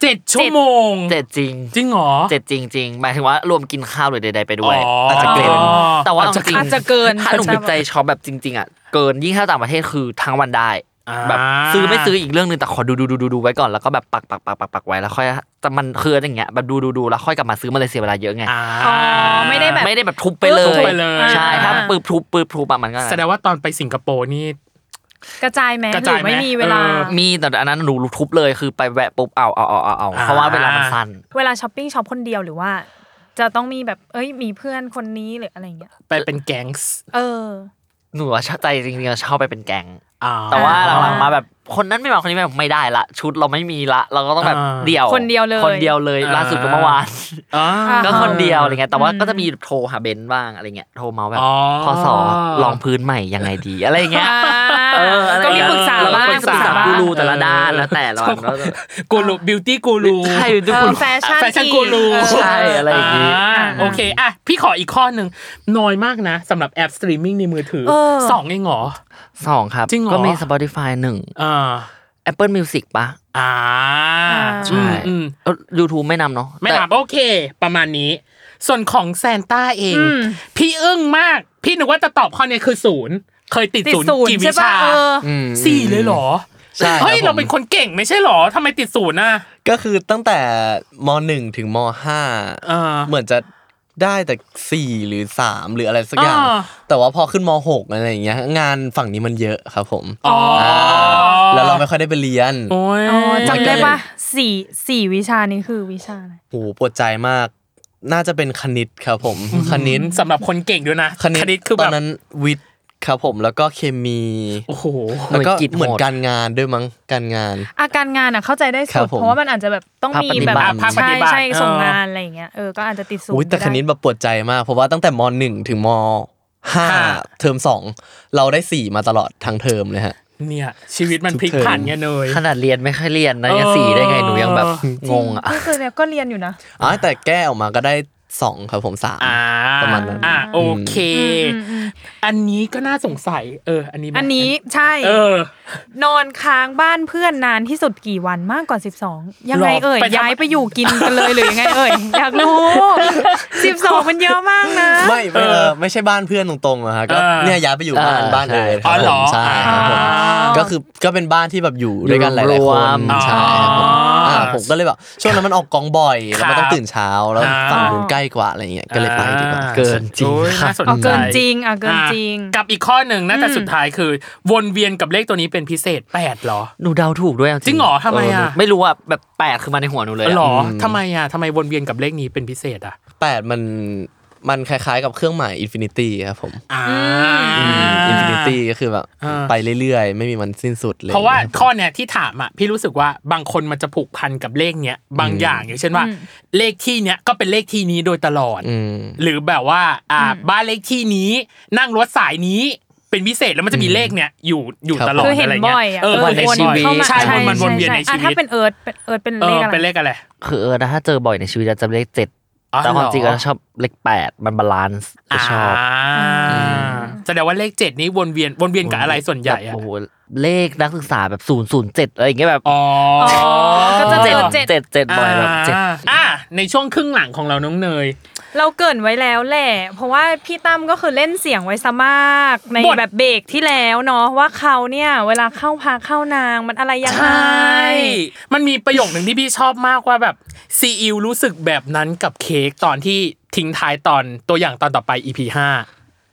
เจ็ดชั่วโมง เจ็ดจริง จริงเหรอ เจ็ดจริงจริงหมายถึงว่ารวมกินข้าวหรือใดๆไปด้วย อ๋ออา จจะเกินแต่ว่า อาจ จ จะ ริง อาจจะเกิน ถ้าหนุ่มใจช็อปแบบจริง ๆอ่ะเกินยิ่งถ้าต่างประเทศคือทั้งวันได้ อ่า แบบซื้อไม่ซื้ออีกเรื่องหนึ่งแต่ขอดูดูดูดูดูไว้ก่อนแล้วก็แบบปักปักปักปักปักไว้แล้วค่อยแต่มันคืออย่างเงี้ยแบบดูดูดูแล้วค่อยกลับมาซื้อมาเลยเสียเวลาเยอะไง อ่า อ๋อ ไม่ได้แบบ ไม่ได้แบบทุบไปเล ทุบ ย ไปเลย ใช่ถ้า อ่า ปืบทุบปืบทุบอะมันก็ แสดงว่าตอนไปสิงคโปร์นี่ กระจายแม้ กระ ห จา รื ย อ ไหม ไม่มีเวลา เออ มีแต่อันนั้นหนูทุบเลยคือไปแวะปุ๊บเอาเอาเอาเอาเอาเพราะว่าเวลามันสั้น เวลาช้อปปิ้งช็อปคนเดียวหรือว่า จะต้องมีแบบเอ้ยมีเพื่อนคนนี้หรืออะไรอย่างเงี้ย ไปเป็นแก๊งส์ เออ หนูว่าชอบใจจริงๆอะชอบไปเป็นแก๊ง อ่ แต่ว่าหลังๆมาแบบคนนั้นไม่มาคนนี้ไม่มาไม่ได้ละ ชุดเราไม่มีละ เราก็ต้องแบบ อ่า เดี่ยว คนเดียวเลย คนเดียวเลย อ่า ล่าสุดก็เมื่อวาน อ่า ก็คนเดียวอะไรเงี้ยแต่ว่า อืม ก็จะมีโทรหาเบนซ์บ้างอะไรเงี้ยโทรเมาส์แบบ อ๋อ พอสอลองพื้นใหม่ยังไงดีอะไรเงี้ย อ่า เอออะไร ก็มี เงี้ย ปรึกษาบ้าง เออปรึกษา บ้า กู ง รูแต่ละด้านแล้วแต่ละวันแล้ว กูรูบิวตี้กูรู ใช่ เอ ทุกค อน แฟชั่น แฟชั่น อีก กูรู เออ ใช่อะไรอย่างงี้ อ่าโอเคอ่ะพี่ขออีกข้อหนึ่งน้อยมากนะสำหรับแอปสตรีมมิ่งในมือถือ เออ สองเองเหรอ สองครับ จริงเหรอ ก็มี Spotify หนึ่ง อ่า Apple Music ปะ อ่า อ่า อืมอืม ยูทูบไม่นำเนาะ ไม่ถาม แต่ โอเค ประมาณนี้ ส่วนของแซนต้าเอง อืม พี่อึ้งมาก พี่นึกว่าจะตอบข้อเนี้ยคือศูนย์เคยติด ติด ศูนย์ ศูน กี่ ย์ วิ ใช่ป่ะ ชา เออ อืม สี่เลยเหรอ ใช่ครับ เฮ้ยเรา ผม เป็นคนเก่งไม่ใช่เหรอทำไมติดศูนย์อ่ะ ก็คือตั้งแต่มหนึ่งถึงมห้า เออ เหมือนจะได้แต่สี่หรือสามหรืออะไรสักอย่าง อ่า แต่ว่าพอขึ้นมหกอะไรอย่างเงี้ย งานฝั่งนี้มันเยอะครับผม อ๋ออ่า แล้วเราไม่ค่อยได้ไปเรียน โอ้ย อ๋อจำมันก็ได้เลย ปะสี่สี่วิชานี้คือวิชาอะไร โหปวดใจมาก น่าจะเป็นคณิตครับผม คณิต สำหรับคนเก่งด้วยนะคณิตคือ ต แบ อบ นนั้นวิทย์ครับผมแล้วก็เคมี โอ้โห แล้วก็ หน่วยกิจโหด เหมือนการงานด้วยมั้งการงาน อาการงานอ่ะเข้าใจได้ ครั สุด บผม เพราะว่ามันอาจจะแบบต้องมีแบบ ภาคปฏิบัติ ใช่ใช่ เออ ส่งงานอะไรอย่างเงี้ยเออก็อาจจะติดศูนย์ อุ้ยแต่คณิตแบบปวดใจมาก เพราะว่าตั้งแต่มหนึ่งถึงมห้า ห้า เทอมสองเราได้สี่มาตลอดทั้งเทอมเลยฮะ เนี่ย ชีวิตมันพลิกผันเนี่ยเนย ขนาดเรียนไม่ค่อยเรียนนะยัง เออ สี่ได้ไงหนูยังแบบ จ ง ริ งอ่ะ ก็คือเนี่ยก็เรียนอยู่นะ อ๋อแต่แก้ออกมาก็ได้สองครับผมสาม อ่า ประมาณนั้น อ่าโอเค อืมอืม อันนี้ก็น่าสงสัย เออ อันนี้ไหม อันนี้ใช่ เออ นอนค้างบ้านเพื่อนนานที่สุดกี่วันมากกว่า 12 ยังไงเอ่ย หรอไปทำ ย้ายไปอยู่กินกันเลยหรือยังไงเอ่ยอยาก รู้ 12 มันเยอะมากนะ ไม่ไม่เออไม่ใช่บ้านเพื่อนตรงๆอะฮะก็ เออ เนี่ยย้ายไปอยู่บ้าน เออ บ้านเลยค อ๋ รั อผบเหรอ มใช่ครับผม อ่า ก็คือก็เป็นบ้านที่แบบอยู่ด้วยกันหลายๆคน อยู่รวม ใช่ครับผม อ๋ออ่ าผมก็เลยแบบช่วงนั้นมันออกกองบ่อย ครั แล้วมันบต้องตื่นเช้าแล้ว อ่า ฝั่งนู้นใกล้กว่าอะไรเงี้ยก็เลยไปดีกว่า เกินจริง โอ้ย ค่ะ น่าสน เอา ใจ เกินจริงอ่ะเกินจริง กับอีกข้อหนึ่งน่าจะสุดท้ายคือ วนเวียนกับเลขตัวนี้เป็นพิเศษแปดเหรอ หนูเดาถูกด้วยะ จริงเหรอทำไมอะ เหนูไม่รู้อ่ะแบบแปดคือมาในหัวหนูเลยอะ หรอทำไมอ่ะทำไมวนเวียนกับเลขนี้เป็นพิเศษอ่ะ แปดมันมันคล้ายๆกับเครื่องหมายอินฟินิตี้ครับผม อ่า อินฟินิตี้ก็คือแบบ อ่า ไปเรื่อยๆ ไม่มีมันสิ้นสุดเลย เพราะว่าข้อเนี้ยที่ถามอ่ะพี่รู้สึกว่าบางคนมันจะผูกพันกับเลขเนี้ยบางอย่างอย่างเช่นว่า เลขที่เนี้ยก็เป็นเลขที่นี้โดยตลอด อืม หรือแบบว่าอ่าบ้านเลขที่นี้นั่งรถสายนี้เป็นพิเศษแล้วมันจะมีเลขเนี้ยอยู่อยู่ ครับ ตลอด คือเห็น อะไร บ่ เงี้ อย ย อ่ะ เออ วนในชีวิต เข้ามา ใช่วนมันวนเวียนใน ช่ ชี อ่ะ วิ ถ้า ต เป็นเอิร์ธเป็นเอิร์ธเป็น เอ เล อ ขอะไร เป็นเลขอะไร คือเออนะถ้าเจอบ่อยในชีวิตอาจจะเลขเจ็ด อ๋อ แต่ความจริง เห ก็ชอบเลขแปดมันบาลานซ์ อ่า ชอบ แสดงว่าเลขเจ็ดนี้วนเวียนวนเวียนกับอะไรส่วนใหญ่อะ โอ้โหเลขนักศึกษาแบบศูนย์ศูนย์เจ็ดอะไรอย่างเงี้ยแบบ อ๋อ อ๋อก็จะเจ เจ็ด อเจ็ด เจ็ดเจ็ดบ่อยแบบเจ็ด อ่าอ่าในช่วงครึ่งหลังของเราน้องเนย เราเกรินไว้แล้วแหละ เพราะว่าพี่ตั้มก็คือเล่นเสียงไว้ซะมาก ใน บท แบบเบรกที่แล้วเนาะว่าเขาเนี่ย เวลาเข้าพาเข้านางมันอะไรยัง ใช ไง่ มันมีประโยคหนึ่งที่พี่ชอบมากว่าแบบซีอิวรู้สึกแบบนั้นกับเค้กตอนที่ทิ้งท้ายตอนตัวอย่างตอนต่อไป EP ห้า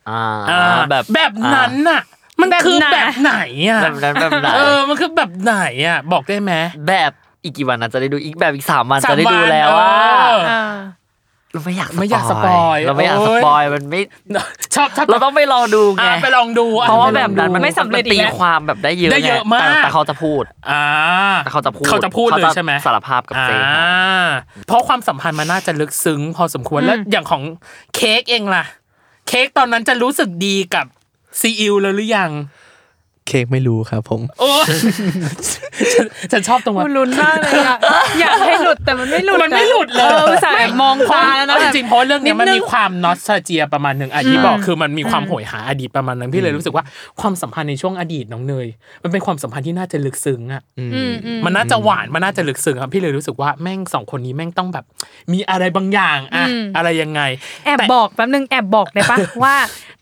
อ่า แบบแบบนั้นน่ะ มันคือแบบไหนอ่ะ แบบนั้นแบบไหน เออมันคือแบบไหนอ่ะ บอกได้ไหม แบบอีกกี่วันนะจะได้ดูอีกแบบอีกสามวัน สา จะ ม ได้ วั ดู น แล้วว่า เออ อ่า เราไม่อยาก ไม่อยากสปอย เราไม่อยาก โอ้ ส ย ปอยมันไม่ ชอบชอบ เราต้องไปรอดูไง อ่ะไปลองดูอ่ เพราะว่าแบบนั้นมัน ไม่สำเร็จ นตี อีกแล้ว ความแบบได้เยอะ ได้เยอะมาก แต่แต่เขาจะพูด อ่า แต่เขาจะพูด เขาจะพูดเลยใช่ไหม สารภาพกับเซน อ่าเพราะความสัมพันธ์มันน่าจะลึกซึ้ง พอสมควรแล้วอย่างของเค้กเองล่ะ เค้กตอนนั้นจะรู้สึกดีกับซีอิวแล้วหรือยัง เค้กไม่รู้ครับผม โอ้ ฉันฉันชอบตรง คุ ว่า ณลุ้นมากเลยอะอยากให้หลุดแต่มันไม่หลุด มันไม่หลุดเลย อออุตสายมองตาแล้วนะ เอจริงๆเพราะเรื่องเนี้ยมัน ด มีความนอสเจียประมาณหนึ่งอ่ะที่บอกคือมันมีความโหยหาอดีตประมาณนึงพี่เลยรู้สึกว่าความสัมพันธ์ในช่วงอดีตน้องเนย มันเป็นความสัมพันธ์ที่น่าจะลึกซึ้งอ่ะ อืมอืม มันน่าจะหวาน มันน่าจะลึกซึ้งครับพี่เลยรู้สึกว่าแม่งสองคนนี้แม่งต้องแบบ มีอะไรบางอย่างอะอะไรยังไง แอบบอกแป๊บนึงแอบบอกได้ปะ ว่า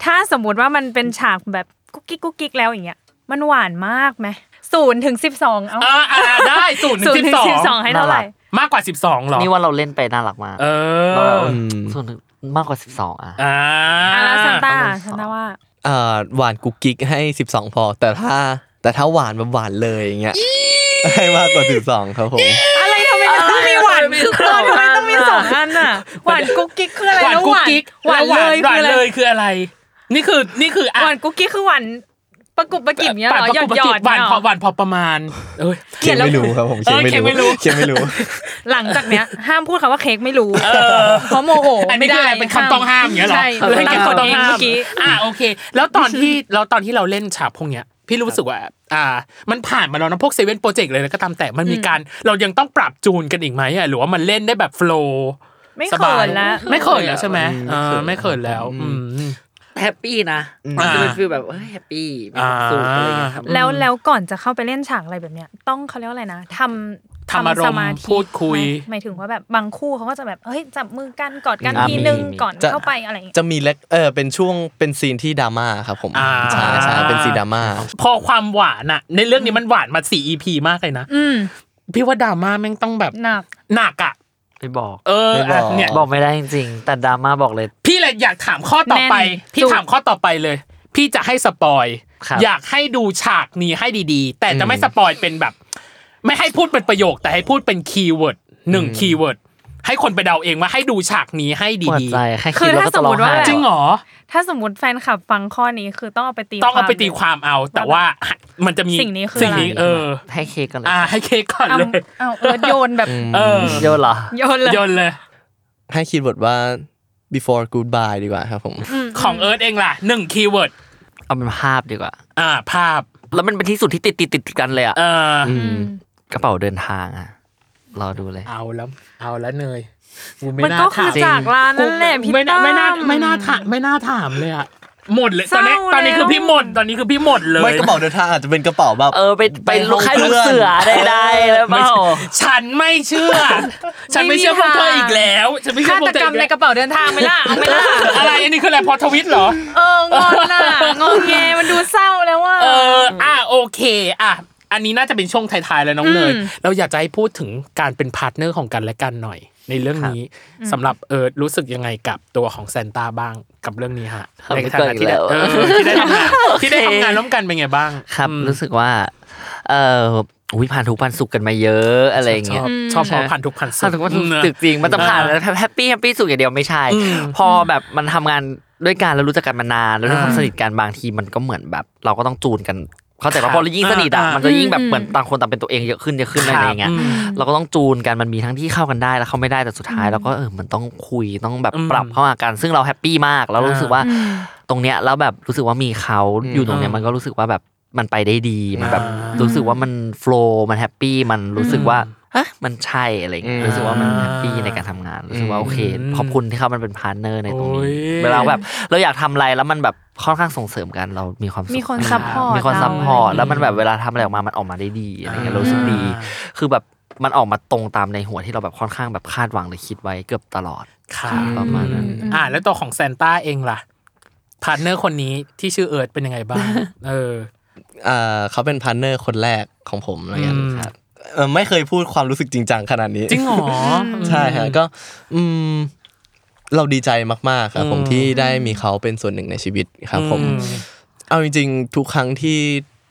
ถ้าสมมุติว่ามันเป็นฉากแบบกุ๊กกิ๊กกุ๊กกิ๊กแล้วอย่างเงี้ยมันหวานมากไหมศูนย์ถึงสิบสองเอา เอออ่าได้ศูนย์ ศูน ถึ ย์ถึงงสิ สิ บบส ส อ อง ง ให้เท่าไหร่ มากกว่าสิบสองหรอ นี่ว่าเราเล่นไปน่ารักมาก เอ เรา อ ส่วนหนึ่งมากกว่าสิบสองอ่ะ อ่า อ่ะแล้วซันต้าซันต้าว่า อ่าหวานกุ๊กกิ๊กให้ 12 พอ แต่ถ้าแต่ถ้าหวานแบบหวานเลยอย่างเงี้ยให้มากกว่า 12 ครับผม อะไรทำไมมันต้องมีหวานคือเออทำไมต้องมีสองอันอ่ะ หวานกุ๊กกิ๊กคืออะไร หวาน แล้ว กุ๊ ห ก วาน กิ๊ก หวาน แว เลยคืหวา อน อะไร เลยคืออะไร นี่คือนี่คืออ่ะ หวานกุ๊กกิ๊กคือหวานประกบประกิบเนี้ยเหรอ ปาด หยอด ปา หยอด หวาน เย พอหวานพอประมาณ เอ้ย เขียนไม่รู้ครับผม เขียน เออเขียนไม่ ไม่ รู้ รู้เขียนไม่รู้ หลังจากเนี้ยห้ามพูดคำว่าเค้กไม่รู้เพราะโมโห อันนี้ ไม่ คือ ได้ อะไรเป็นคำต้องห้ามอย่างเงี้ยเหรอ ใช่ เรื่อง ตั้งกฎ ต้อ เอง ง ห้าม เมื่อกี้ อ่าโอเค แล้วตอนที่ แล้วตอนที่เราเล่นฉากพวกเนี้ย พี่รู้สึกว่า อ่า มันผ่านมาแล้วนะพวกเซเว่นโปรเจกต์เลยนะก็ตามแต่มันมีการเรายังต้องปรับจูนกันอีกไหมอ่ะหรือว่ามันเล่นได้แบบโฟลว์ ไม่ สบา เขิ ย นแล้ว ไม่เขินแล้วใช่ไหม ไม่ เอ เขิน อไม่เขินแล้วอืม แฮปปี้นะ อ่า จะเป็นฟีลแบบเอ้ยแฮปปี้มีความสุขอะไรอย่างเงี้ยครับ แล้วแล้วก่อนจะเข้าไปเล่นฉากอะไรแบบเนี้ย ต้องเขาเรียกว่าอะไรนะทำ ทำอารม ส ณ์ ธิ พูดคุย หมายหมายถึงว่าแบบบางคู่เขาก็จะแบบเฮ้ยจับมือกันกอดกัน อ่า ทีนึง มี ก่อน จะ เข้าไปอะไร อย่างเงี้ย จะมีเล็กเออเป็นช่วงเป็นซีนที่ดราม่าครับผม อ่า ใช่ใช่เป็นซีนดราม่า พอความหวานอะในเรื่องนี้มันหวานมาสี่ EP มากเลยนะ อืม พี่ว่าดราม่าแม่งต้องแบบ หนัก หนักอะ ไม่บอก เออ ไม่บอก อ่ะเนี่ย บอกไม่ได้จริงๆแต่ดราม่าบอกเลย พี่เลยอยากถามข้อต่อไป แน่น พี่ จุก ถามข้อต่อไปเลย พี่จะให้สปอย ครับ อยากให้ดูฉากนี้ให้ดีๆ แต่จะไม่สปอยเป็นแบบ ไม่ให้พูดเป็นประโยค แต่ให้พูดเป็นคีย์เวิร์ดหนึ่งคีย์เวิร์ดให้คนไปเดาเองว่าให้ดูฉากนี้ให้ ปวด ดี ใจแค่คิดแล้วก็จะคือถ้าสมร้องไห้มุติว่า ๆจริงเหรอ ถ้าสมมติแฟนคลับฟังข้อนี้คือต้องเอาไปตี ต้องเอาไปตีควคาม วามเอา แต่ว่ามันจะมี สิ่งนี้คือ สิ่งนี้ อะไร เออ ให้เค้กกันเลย อ่าให้เค้กก่อน เอา เลย เอาเอิร์ธโยนแบบ เออ โยนเหรอ โยนเลย โยนเลย ให้คีย์เวิร์ดว่า before goodbye ดีกว่าครับผม ของเอิร์ธเองล่ะหนึ่งคีย์เวิร์ด เอาเป็นภาพดีกว่า อ่า ภาพ แล้วมันเป็นที่สุดที่ติดติดติดติดกันเลยอะ เอออก ระเป๋าเดินทางอะรอดูเลย เอาแล้ว เอาแล้วเนย มันก็คือจากร้านนั่นแหละพี่ ไม่น่า ตั้ม ไม่น่าไม่น่าถามไม่น่าถามเลยอ่ะหมดเลยตอนนี้ เศร้า ตอนนี้ แล้ว คือพี่หมดตอนนี้คือพี่หมดเลย ไม่กระเป๋าเดินทางอาจจะเป็นกระเป๋าแบบ เออไปไปลูก ห้ ค่าง ยลูก พื่น เสือได้ๆแล้วเปล่า ฉันไม่เชื่อ ฉันไม่เชื่อพวกเธออีกแล้ว ฉันไม่เชื่อ ฆา พว ต กเธ กร อ รม อีก ใน แล้ว กระเป๋าเดินทางไหม่ล่ะเอาไหม่ล่ะ อะไรอันนี้คืออะไรพอทวิตเหรอ เอองอนน่ะงงแงมันดูเศร้าแล้วว่า เออ อ่ะโอเค อ่ะ อันนี้น่าจะเป็นช่วงท้ายๆแล้วน้องเนย เราอยากจะให้พูดถึงการเป็นพาร์ทเนอร์ของกันและกันหน่อย ในเรื่องนี้สำหรับเออรู้สึกยังไงกับตัวของแซนต้าบ้างกับเรื่องนี้ฮะ ทำ ใน ไม่ ฐานะที่ได้ เกินแล้ว เออที่ได้ทำ งานที่ได้ทำงานร่วมกันเป็นไงบ้าง ครับรู้สึกว่า เอออุ้ยผ่านทุกข์ผ่านสุขกันมาเยอะอะไรอย่างเงี้ย ชอบชอบพอผ่านทุกพันสุ ถ้าถึงว่าถึกจริงมันต้องผ่านแล้วแฮปปี้แฮปปี้สุขอย่างเดียวไม่ใช่ พอแบบมันทำงานด้วยกันแล้วรู้จักกันมานานแล้วด้วยความสนิทกันบางทีมันก็เหมือนแบบ เราก็ต้องจูนกัน เข้าใจ ครั ว่า บ พอเรายิ่งสนิทอ่ะ อ่ามั มันจะยิ่งแบบเหมือนต่างคนต่างเป็นตัวเองเยอะขึ้นเยอะขึ้น ครั อะ บ ไรอย่างเงี้ย อืม เราก็ต้องจูนกันมันมีทั้งที่เข้ากันได้แล้วเข้าไม่ได้แต่สุดท้ายเราก็เออมันต้องคุยต้องแบบ อืม ปรับเข้าหากันซึ่งเราแฮปปี้มากแล้วรู้สึกว่าตรงเนี้ยแล้วแบบรู้สึกว่ามีเขาอยู่ตรงเนี้ยมันก็รู้สึกว่าแบบมันไปได้ดีมันแบบ อ่า รู้สึกว่ามันโฟล์มันแฮปปี้มันรู้สึกว่าฮะมันใช่อะไรอย่างเงี้ย รู้สึกว่ามันแฮปปี้ในการทำงานรู้สึกว่าโอเค อืม ขอบคุณที่เขามันเป็นพาร์ทเนอร์ในตรงนี้ โอ้ย เวลาแบบเราอยากทำอะไรแล้วมันแบบค่อนข้างส่งเสริมกันเรามีความสุข มีคนซัพพอร์ต มีคนซัพพอร์ต เรา แล้วมันแบบเวลาทำอะไรออกมามันออกมาได้ดีอะไรเงี้ยเรารู้สึกดี คือแบบมันออกมาตรงตามในหัวที่เราแบบค่อนข้างแบบคาดหวังหรือคิดไว้เกือบตลอด ค่ะ ประมาณนั้น อ่าแล้วตัวของแซนต้าเองล่ะพาร์ทเนอร์คนนี้ที่ชื่อเอิร์ธเป็นยังไงบ้าง เออ อ่าเขาเป็นพาร์ทเนอร์คนแรกของผมแล้วกัน อืม ครับเออไม่เคยพูดความรู้สึกจริงจังขนาดนี้ จริงเหรอ ใช่ฮะก็อืมเราดีใจมาก ๆ ครับ ผม อืม ที่ได้มีเขาเป็นส่วนหนึ่งในชีวิตครับ ผม เอาจริง ๆ ทุกครั้งที่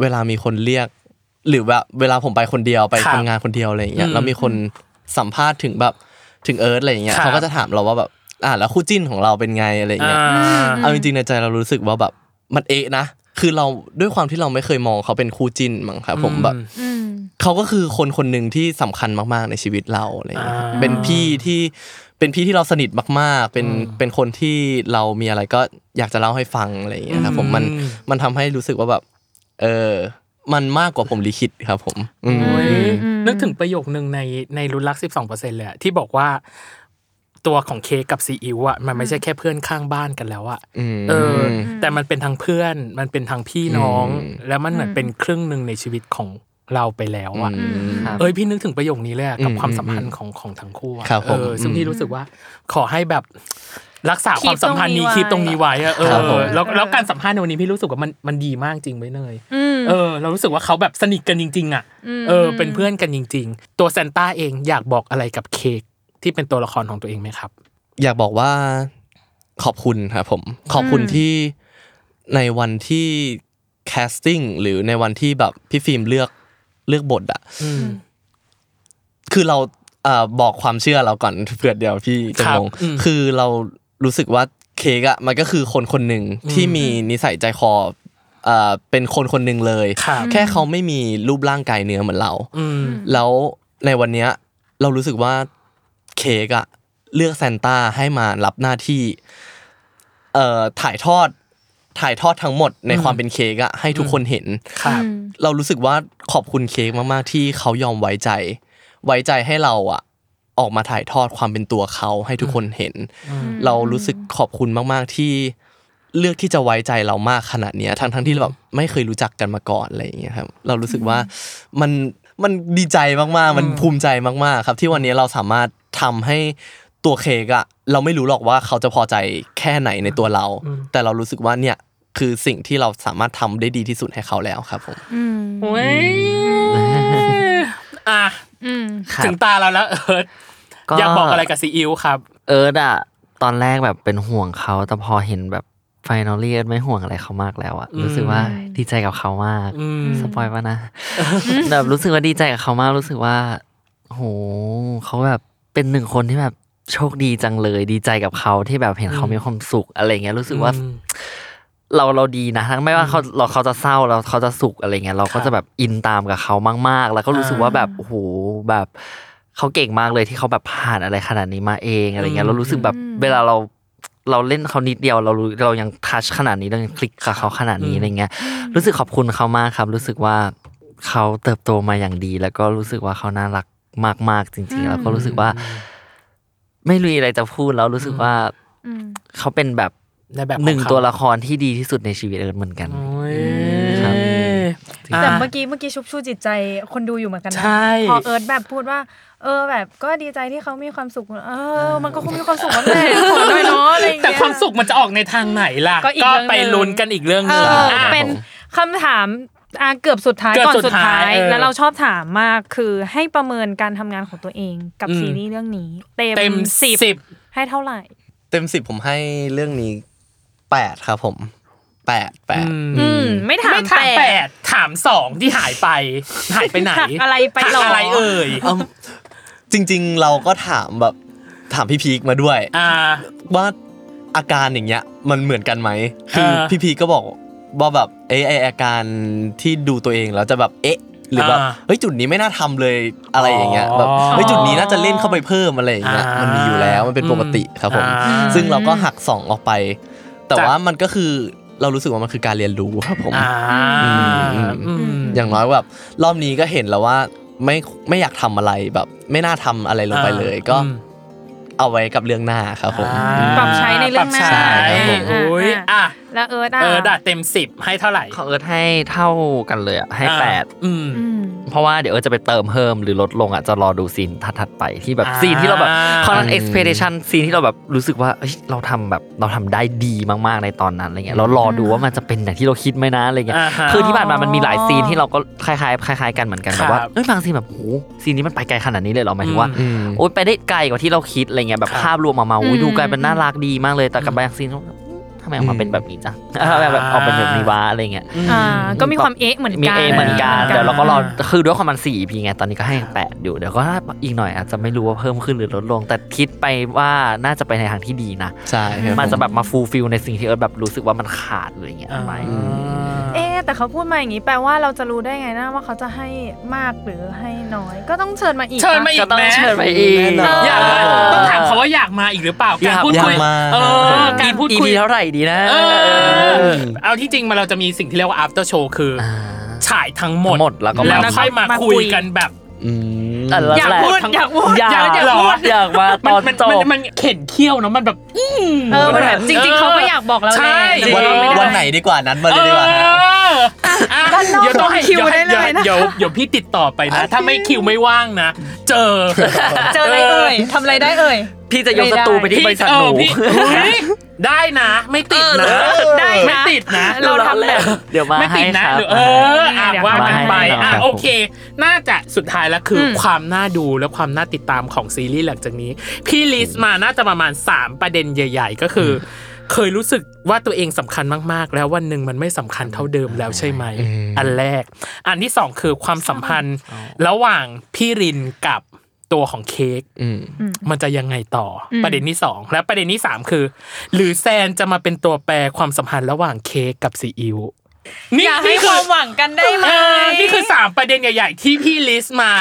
เวลามีคนเรียก หรือว่าเวลาผมไปคนเดียวไป ครับ ทำงานคนเดียวอะไรอย่างเงี้ อื ย ม แล้วมีคนสัมภาษณ์ถึงแบบถึงเอิร์ธอะไรอย่างเงี้ย ครับ เขาก็จะถามเราว่าแบบอ่าแล้วคู่จิ้นของเราเป็นไงอะไรอย่าง อ่า เงี้ย เอาจริงๆในใจเรารู้สึกว่าแบบมันเอะนะ คือเราด้วยความที่เราไม่เคยมองเขาเป็นคู่จิ้นมั้งครับผมแบบ อืม เขาก็คือคนคนหนึ่งที่สำคัญมากๆในชีวิตเราอะไรอย่างเงี้ย อ่า เป็นพี่ที่เป็นพี่ที่เราสนิทมากๆ เป็นเป็นคนที่เรามีอะไรก็อยากจะเล่าให้ฟังอะไรอย่างเงี้ยครับผมมัน อืม มันทำให้รู้สึกว่าแบบเออมันมากกว่าผมลิขิตครับผมอืม โอ้ยนึกถึงประโยคหนึ่งในในรุ่นรัก 12เปอร์เซ็นต์เลยอะที่บอกว่า ตัวของเคกกับซีอิ๊วอ่ะมันไม่ใช่แค่เพื่อนข้างบ้านกันแล้วอ่ะเอออ แต่มันเป็นทางเพื่อนมันเป็นทางพี่น้อง แล้วมันเหมือนเป็นครึ่งหนึ่งในชีวิตของเราไปแล้วอ่ะ ครับ เอ้ยพี่นึกถึงประโยคนี้เลยอะกับ อืม ความสัมพันธ์ของของทั้งคู่อะ ครับผม เออซึ่งพี่รู้สึกว่า ขอให้แบบรักษา คี ควา ป มสัมพันธ์นี้ ตรงนี้ คีบตรงนี้ไว้อะเอ ครับผ อ ม แล้วแล้วการสัมภาษณ์ในวันนี้พี่รู้สึกว่ามันมันดีมากจริงไว้ยเนย อืม เออเรารู้สึกว่าเขาแบบสนิทกันจริง ๆ อ่ะ เออ เป็นเพื่อนกันจริง ๆ ตัวซานต้าเองอยากบอกอะไรกับเค้กที่เป็นตัวละครของตัวเองไหมครับ อยากบอกว่าขอบคุณครับผม ขอบคุณที่ในวันที่แคสติ้งหรือในวันที่แบบพี่ฟิล์มเลือกเลือกบทอะ อืม คือเราเอ่อบอกความเชื่อเราก่อนเผื่อเดี๋ยวพี่จะ ครับ งง อืม คือเรารู้สึกว่าเค้กอะมันก็คือคนคนหนึ่งที่มีนิสัยใจคอเอ่อเป็นคนคนหนึ่งเลย ครับ แค่เขาไม่มีรูปร่างกายเนื้อเหมือนเรา อืม แล้วในวันเนี้ยเรารู้สึกว่าเค้กอะเลือกแซนต้าให้มารับหน้าที่เอ่อถ่ายทอดถ่ายทอดทั้งหมดในความเป็นเค้กอะให้ทุกคนเห็น ครับ เรารู้สึกว่าขอบคุณเค้กมากๆที่เขายอมไว้ใจ ไว้ใจให้เราอะออกมาถ่ายทอดความเป็นตัวเขาให้ทุกคนเห็น เรารู้สึกขอบคุณมากๆที่เลือกที่จะไว้ใจเรามากขนาดเนี้ยทั้งๆที่เราแบบไม่เคยรู้จักกันมาก่อนอะไรอย่างเงี้ยครับ เรารู้สึกว่ามัน มันดีใจมากๆ มันภูมิใจมากๆ ครับ ที่วันนี้เราสามารถทำให้ตัวเค้กอะเราไม่รู้หรอกว่าเขาจะพอใจแค่ไหนในตัวเรา แต่เรารู้สึกว่าเนี่ยคือสิ่งที่เราสามารถทำได้ดีที่สุดให้เขาแล้วครับผม โอ้ยอ่ะ อืม ครับ ถึงตาเราแล้วเอิร์ธอยากบอกอะไรกับซีอิ๊วครับ เอิร์ธอะตอนแรกแบบเป็นห่วงเขาแต่พอเห็นแบบไฟนอลลี่เอิร์ธไม่ห่วงอะไรเขามากแล้วอะรู้สึกว่าดีใจกับเขามากสปอยล์ปะ นะแบบรู้สึกว่าดีใจกับเขามากรู้สึกว่าโหเขาแบบเป็นหนึ่งคนที่แบบโชคดีจังเลย ดีใจกับเขาที่แบบเห็นเขามีความสุขอะไรเงี้ยรู้สึกว่า เราเราดีนะทั้งไม่ว่าเขาเราเขาจะเศร้าเราเขาจะสุขอะไรเงี้ยเราก็จะแบบอินตามกับเขามาก ๆ แล้วก็รู้สึกว่าแบบโอ้โหแบบเขาเก่งมากเลยที่เขาแบบผ่านอะไรขนาดนี้มาเองอะไรเงี้ยเรารู้สึกแบบเวลาเราเราเล่นเขานิดเดียว เรารู้เรายังทัชขนาดนี้เรายังคลิกกับเขาขนาดนี้อะไรเงี้ยรู้สึกขอบคุณเขามากครับ รู้สึกว่าเขาเติบโตมาอย่างดี แล้วก็รู้สึกว่าเขาน่ารักมาก ๆ จริง ๆ แล้วก็รู้สึกว่า ไม่รู้อะไรจะพูดแล้วรู้สึกว่า อืม เขาเป็นแบบ ในแบบขอ หนึ่ง เขา ตัวละครที่ดีที่สุดในชีวิตเอิร์ธเหมือนกัน โอ้ย ครับ อ่ะ แต่เมื่อกี้เมื่อกี้ชุบชูจิตใจคนดูอยู่เหมือนกันนะ ใช่ พอเอิร์ธแบบพูดว่า เออแบบก็ดีใจที่เขามีความสุข เออ มันก็คงมีความสุขนั่นแหละขอด้วยเนาะอะไรอย่าง แต่ เงี้ย ความสุขมันจะออกในทางไหนล่ะ ก็อีกเรื่องหนึ่ง ไปลุ้นกันอีกเรื่องห เอ นึ่ง อ อ่ะ เป็นคำถามอ่ะเกือบสุดท้าย เกือบ ก่อน สุ สุ ด ด ท้า ท้าย ย เออ แล้วเราชอบถามมากคือให้ประเมินการทำงานของตัวเองกับ อืม ซีรีส์เรื่องนี้ เต็ เต็ม สิบ สิบ ให้เท่าไหร่ เต็มสิบผมให้เรื่องนี้แปดครับผมแปดแปด อืม ไม่ถาม ไม่ถาม แป แป ด ดถามสองที่หายไป หายไปไหน อะไรไปหรอ อะไรเอ่ย อืมจริงๆเราก็ถามแบบถามพี่พีคมาด้วย อ่า ว่าอาการอย่างเงี้ยมันเหมือนกันไหมคือ เออ พี่พีคก็บอกว่าแบบเอยไออาการที่ดูตัวเองแล้วจะแบบเอ๊ะ หรือแบบ อ่า เฮ้ยจุดนี้ไม่น่าทำเลยอะไรอย่างเงี้ย อ๋อ แบบเฮ้ยจุดนี้น่าจะเล่นเข้าไปเพิ่มอะไรอย่างเงี้ย อ่ามั มันมีอยู่แล้วมันเป็นปกติครับผม อ่า ซึ่งเราก็หักสองออกไป แต่ จาก ว่ามันก็คือเรารู้สึกว่ามันคือการเรียนรู้ครับผม อ่า อืม อืม อย่างน้อยแบบรอบนี้ก็เห็นแล้วว่าไม่ไม่อยากทำอะไรแบบ ไม่น่าทำอะไรลงไปเลย ก็ อืม เอาไว้กับเรื่องหน้าครับผม ปรับใช้ในเรื่องหน้า ปบใช้ ใช่ครับผม โอ้ย อ่ะ อ่ะ แล้วเอิร์ธ เออดา อ่ะ เต็มสิบให้เท่าไหร่ ของเอิร์ธให้เท่ากันเลยอะให้ อ่า แปด อืม อืม เพราะว่าเดี๋ยวเอิร์ธจะไปเติมเพิ่มหรือลดลงอะจะรอดูซีนถัดๆไปที่แบบ อ่า ซีนที่เราแบบคอนนั้น expectation ซีนที่เราแบบรู้สึกว่าเอ้ยเราทำแบบเราทำได้ดีมากๆในตอนนั้นอะไรเงี้ยเรารอดูว่ามันจะเป็นอย่างที่เราคิดไหมนะอะไรเงี้ย อ่าฮะ คือที่ผ่านมามันมีหลายซีนที่เราก็คล้ายๆคล้ายๆกันเหมือนกัน ครั แบบ บว่าเอ้ยบางซีนแบบโหซีนนี้มันไปไกลขนาดนี้เลยเหรอหมายถึงว่า อืม โอ้ยไปได้ไกลกว่าที่เราคิดอะไรเงี้ยแบบภาพรวมออกมาอุ้ยดูกลายเป็นน่ารักดีมากเลยแต่กับบางซีนก็ทำไมออกมาเป็นแบบนี้จ้ะแบบออกเป็นแบบนี้วะอะไรเงี้ย อ่า ก็มีความเอ๊ะเหมือนกัน มีเอเหมือนกัน หมื เดี๋ยวเราก็รอคือด้วยความมันสี่พีไงตอนนี้ก็ให้แปดอยู่เดี๋ยวก็อีกหน่อยอาจจะไม่รู้ว่าเพิ่มขึ้นหรือลดลง แต่คิดไปว่าน่าจะไปในทางที่ดีนะ ใช่ครับ มันจะ ผ แบบมาฟูลฟิลในสิ่งที่เอิร์ธแบบรู้สึกว่ามันขาดอะไรเงี้ยไหม เอ๊ะแต่เขาพูดมาอย่างนี้แปลว่าเราจะรู้ได้ไงนะว่าเขาจะให้มากหรือให้น้อย ก็ต้องเชิญมาอีก เชิญ ปะ มาอี ก็ ก ต้อง แม่ เชิญไปอีก อยากมาต้องถามเขาว่าอยากมาอีกหรือเปล่าการพูดคุย อยากมา เออการพูดคุย EP เท่าไหร่ดีนะ เออเอาที่จริงมาเราจะมีสิ่งที่เรียกว่า after show คืออฉายทั้งหมด ทั้งหมดแล้วก็มา แล้วค่อยมา มาคุ คุ ย ยกันแบบ แต่ละ อยาก แหละ พูดอยากพูด อยาก อยาก เหรอ พูด อยากมาต มัน อน มัน จ มัน บ มันเข็นเขี้ยวเนาะมันแบบ เออมันแบบจริงๆเขาก็อยากบอกเราแห ใช่ ละแต่ วั ว่านเราไม่ วัน ได้ ไหนดีกว่านัดมาเลยดีกว่าฮะ เอออ่ะเดี๋ยวต้องให้ คิวได้เลยนะ เดี๋ยวเดี๋ยวพี่ติดต่อไปนะ ถ้าไม่คิวไม่ว่างนะ เจอ เจออะไรเอ่ยทำอะไรได้เอ่ย พี่จะยกสตูไปที่บริษัทหนู เออพี่เฮ้ยได้นะ ไม่ติดนะ ได้นะ ไม่ติดนะ เราทำแบบ เดี๋ยวมา ไม่ติดนะ ให้ครับ หรือเอออ่ะ เดี๋ยว ว่ากันไป มาให้ อ่ะ ครับ โอเค น่าจะสุดท้ายแล้วคืออความน่าดูและความน่าติดตามของซีรีส์หลังจากนี้ พี่ลิสต์มาน่าจะประมาณ 3 ประเด็นใหญ่ ๆ ก็คือ เคยรู้สึกว่าตัวเองสำคัญมากๆ แล้ววันหนึ่งมันไม่สำคัญเท่าเดิมแล้วใช่ไหม อันแรก อันที่สองคือความสัมพันธ์ระหว่างพี่รินกับตัวของเค้ก มันจะยังไงต่ออประเด็นที่ 2 และประเด็นที่ 3 คือ หรือแซนจะมาเป็นตัวแปรความสัมพันธ์ระหว่างเค้กกับซีอิ๊วนี่ อยากให้ นี่ ค คื วา อ มหวังกันได้ไหม เออนี่คือ 3 ประเด็นใหญ่ๆ ที่พี่ลิสต์มา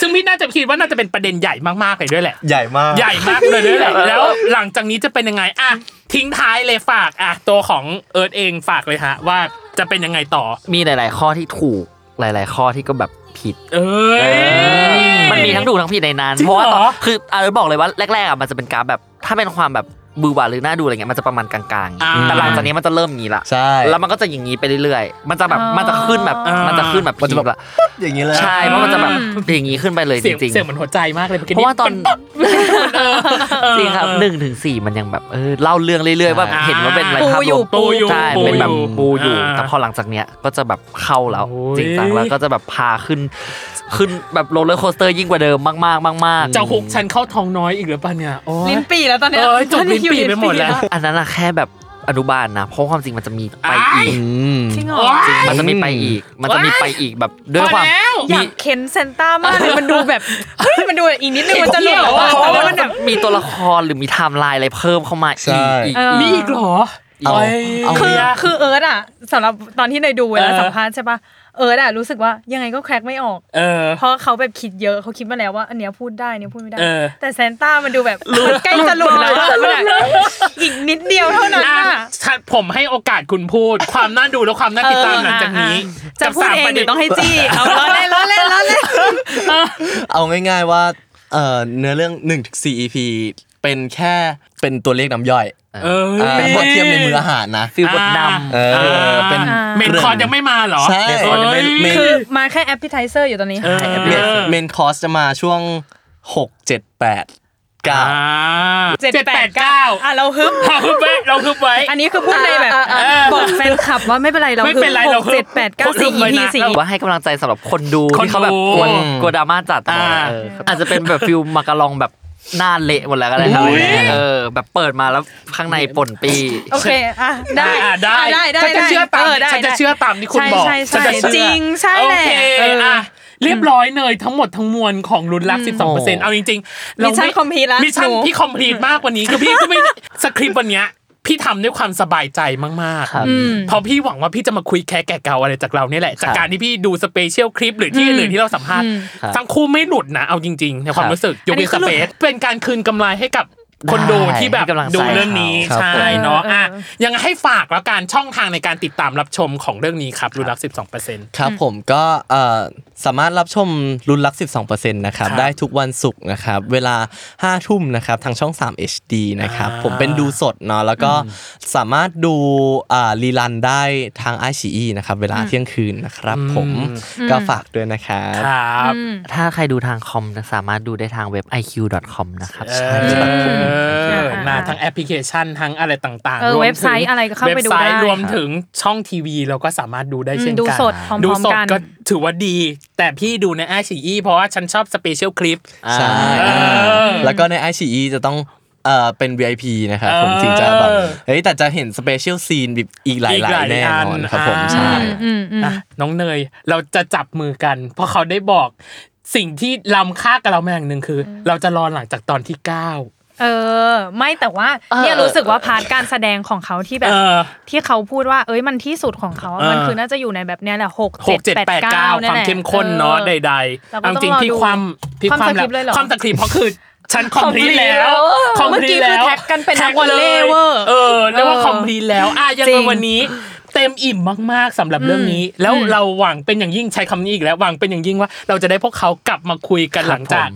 ซึ่งพี่น่าจะคิดว่าน่าจะเป็นประเด็นใหญ่มากๆเลยด้วยแหละ ใหญ่มาก ใหญ่มากเลยด้วยแห ละแล้วหลังจากนี้จะเป็นยังไงอ่ะทิ้งท้ายเลยฝากอ่ะตัวของเอิร์ธเองฝากเลยฮะ ว่าจะเป็นยังไงต่อ มีหลาย ๆ ข้อที่ถูกหลาย ๆ ข้อที่ก็แบบผิด เอ้ย มันมีทั้งถูกทั้งผิดในนั้น จริง เพราะว่าตอน เหรอ คือเอาบอกเลยว่าแรก ๆอ่ะมันจะเป็นกราฟแบบ ถ้าเป็นความแบบ บือหวาหรือหน้าดูอะไรเงี้ยมันจะประมาณกลาง อ่า ๆแต่หลังจากนี้มันจะเริ่มอย่างงี้ละ ใช่ แล้วมันก็จะอย่างงี้ไปเรื่อยๆ มันจะแบบมันจะขึ้นแบบมันจะขึ้นแบบ มันจะแบบ พีคละ อย่างนี้เลย ใช่เพราะมันจะแบบอย่างงี้ขึ้นไปเลย เสี จ ยง ริง เสียงเหมือนหัวใจมากเลยมื่กี้ เพราะว่าตอน ป็ปั๊บ จริงครับหนึ่งถึงสี่มันยังแบบเออเล่าเรื่องเรื่อยๆว่า อ่า เห็นว่าเป็นอะไรภาพรวม ปูอยู่ ใช่ ปูอยู่ เป็นแบบปูอยู่ อ่า แต่พอหลังจากเนี้ยก็จะแบบเข้าแล้ว โอ้ย จริงจังแล้วก็จะแบบพาขึ้น ขึ้นแบบโรลเลอร์โคสเตอร์ยิ่งกว่าเดิมมากๆมากๆ จะฮุกฉันเข้าท้องน้อยอีกหรือเปล่าเนี่ยโอ้ย ลิ้นปี่แล้วตอนเนี้ย เออจุกลิ้นปี่ไปหมดแล้ว อันนั้นอะแค่แบบอนุบาลนะ เพราะความจริงมันจะมีไปอีก อืม จริงเหรอ มันจะมีไปอีก มันจะมีไปอีกแบบด้วยความ อยากเข็นเซนต้ามากเลยมันดูแบบเฮ้ยมันดูอีกนิดนึงมันจะหลุดแล้วอะ เพ แต่ ราะ ว่า ว่า มั มัน น แบ แบบ บมีตัวละครหรือมีไทม์ไลน์อะไรเพิ่มเข้ามาอีก ใช่ อีก เออ มีอีกเหรอ เอา โย เอา คือคือเอิร์ธอ่ะสำหรับตอนที่เนยดูเวลา เออ สัมภาษณ์ใช่ปะเอิร์ธอ่ะรู้สึกว่ายังไงก็แคร็กไม่ออก เออ เพราะเขาแบบคิดเยอะเขาคิดมาแล้วว่าอันเนี้ยพูดได้อันเนี้ยพูดไม่ได้ เออ แต่แซนต้ามันดูแบบมันใกล้จะหลุดแล้วอะมันแบบอีกนิดเดียวเท่านั้น อ่ะ อะ ฉันผมให้โอกาสคุณพูด ความน่าดูและความน่าติดตามหลังจากนี้ จะพูดเองหรือต้องให้จี้ เอาล้อเล่นล้อเล่นล้อเล่น เอาง่ายๆว่าเอ่อเนื้อเรื่อง1นถึงส EP เป็นแค่เป็นตัวเลขน้ำย่อย เออ อ่าเป็นบทเทียมในมืออาหารนะ ฟิลบทน เออเป็น อ่า เมนคอร์สยังไม่มาเหรอ ใช่ เมนคอร์สยังไม่ เมน คือมาแค่แอปเปิลไทเซอร์อยู่ตอนนี้ เออ เมนเมนคอร์สจะมาช่วง 6 7 8 อ่า 9 เจ็ดแปดเก้า อ่ะเราฮึบ เราฮึบไว้เราฮึบไว้ อันนี้คือพูดในแบบ อ่ะอ่ะ บอกแฟนคลับว่าไม่เป็นไรเรา ไม่เป็นไร ห เรา ก ฮึบ เจ็ดแปดเก้า ฮึ สี่ บไว้ ที นะ สี่ ว่าให้กำลังใจสำหรับคนดู คนดู ที่เขาแบบกลัว อืม กลัวดราม่าจัด อ่า เอออาจจะเป็นแบบฟิลมากะลองแบบหน้าเละหมดแล้วก็ได้ครับ อุ๊ย เออ แบบเปิดมาแล้วข้างในป่นปี โอเค อ่ะ ได้ อ่ะได้ อ่ะได้ได้ ฉันได้จะเชื่อตาม ได้ ฉันจะ ได้ เชื่อตามที่คุณบอก ใช่ใช่ ฉันจะเชื่อ จริงใช่แหละ โอเค เอออ่ อ่ะเรียบร้อยเนยทั้งหมดทั้งมวลของรุนรัก 12เปอร์เซ็นต์เอาจริงๆเรา มิชชั่น complete ละ มิชชั่หนนู พี่คอมพลีทมากกว่านี้คือพี่ก็ไม่ สคริปต์วันเนี้ยพี่ทำด้วยความสบายใจมาก ครับ ๆเพราะพี่หวังว่าพี่จะมาคุยแค่แก่เก่าอะไรจากเราเนี่ยแหละจากการที่พี่ดูสเปเชียลคลิปหรือที่อื่นที่เราสัมภาษณ์ทั้งคู่ไม่หลุดนะเอาจริง ๆ ในความรู้สึกยกเว้นสเปซเป็นการคืนกำไรให้กับคนดูที่แบบ ได้ให้กำลังใจ ดูเรื่องนี้ เขา ใช่ เนาะ เอออ่ อ่ะยังไงให้ฝากแล้วการช่องทางในการติดตามรับชมของเรื่องนี้ครับรูรัก 12เปอร์เซ็นต์ ครับผมก็เอ่อสามารถรับชมรุนรัก 12%นะครับ ครับ ได้ทุกวันศุกร์นะครับเวลา 5 ทุ่มนะครับทางช่อง 3 HD นะครับ อ่า ผมเป็นดูสดเนาะแล้วก็สามารถดูอ่ารีลันได้ทาง i อ e นะครับเวลาเที่ยงคืนนะครับ อืม ผมก็ฝากด้วยนะครับ ครับ ถ้าใครดูทางคอมนะสามารถดูได้ทางเว็บ iq.com นะครับ เออนะทั้งแอปพลิเคชันทั้งอะไรต่าง เอ ๆ อ รวมถึง เว็บไซต์อะไรก็เข้าไปดู ว็บซต์ ได้ รวมถึงช่องทีวีเราก็สามารถดูได้เช่น อืมกัน ดูสดพร้อมๆกัน ดูสดก็ถือว่าดี แต่พี่ดูในไอชีอีเพราะว่าฉันชอบสเปเชียลคลิป ใช่ เออ แล้วก็ใน i อ e จะต้องเอ่อเป็น VIP นะครับผม เออ ถึงจะแบบเฮ้ยแต่จะเห็นสเปเชียลซีนแบบอีกหลา อีกหลาย ยๆแน่นอน อัน ครับผม อ่า ใช่ อืมอืม อ่ะน้องเนยเราจะจับมือกัน เพราะเขาได้บอกสิ่งที่ล้ำค่ากับเรามาอย่างหนึ่งคือ เราจะรอหลังจากตอนที่เก้า เออ ไม่แต่ว่าเนี่ยรู้สึกว่าพาร์ทการแสดงของเขาที่แบ เอบ อ ที่เขาพูดว่าเอ้ยมันที่สุดของเขาอะ เออ มันคือน่าจะอยู่ในแบบเนี้ยแหละหก หกเจ็เจ็ด ด แป แปดดเก้า เก้า ความเข้มข้นเนาะใดๆ เรา เอา ก็ จ ต้อง ริรองๆพี่ ดู ความพี่ ความสควแล้ริปต์เลยเหรอ ความสคริปต์เพราะคือ ฉันคอมพลี complete แล้ แล้วว คอมพ เมื่อ ลี กี้คือ แล้ว แท็กกันเป็น แท็ นักวอลเลย์เวอร์ เออเรียกว่า เออ คอมพลีแล้วอ่ะยัง จริ ไง ง วันนี้ เต็มอิ่มมากๆสำหรับเรื่องนี้ แล้วเราหวังเป็นอย่างยิ่งใช้คำนี้อีกแล้วหวังเป็นอย่างยิ่งว่า เราจะได้พวกเขากลับมาคุยกันหลังจาก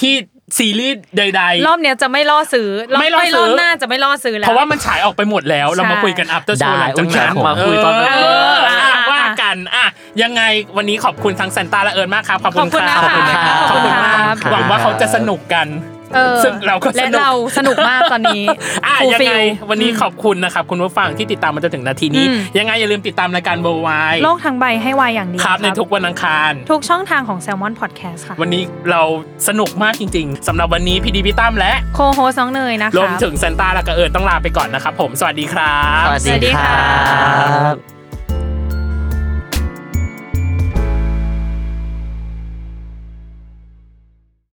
ที่ซีรีส์ใด ๆ รอบเนี้ยจะไม่ล่อซื้อรบ ไม่ล่อซื้อ รบหน้าจะไม่ล่อซื้อแล้ว เพราะว่ามันฉายออกไปหมดแล้วเรามา ใช่ คุยกันอัพเตอร์โชว์หได้ลังจากนั้น อุ๊ยมาคุยตอนนั้น เอออ่ะ อ่ะ ว่ากันอ่ะยังไงวันนี้ขอบคุณทั้งซันต้าและเอิร์นมากครับขอบ ข คุ อบ ณ คุณ ค นะ รับ คะ ขอบคุณครับ ขอบคุณมาก ขอบ หวังว่าเขาจะสนุกกัน เออ ซึ่งเราก็ส และ นุก เราสนุกมากตอนนี้ อ่ะ fulfill ยังไงวันนี้ขอบคุณนะครับคุณผู้ฟังที่ติดตามมาจนถึงนาทีนี้ ยังไงอย่าลืมติดตามรายการเบอร์ไว โลกทั้งใบให้วายอย่างเดียว ครับในทุกวันอังคาร ทุกช่องทางของ Salmon Podcast ค่ะ วันนี้เราสนุกมากจริง ๆสำหรับวันนี้พี่ดีพี่ตั้มและ โคโฮสน้องเนยนะคะ รวมถึงซันต้าและกระเอิร์นต้องลาไปก่อนนะครับผมสวัสดีครับ สวัสดี สวัสดี ค ค่ะ รับ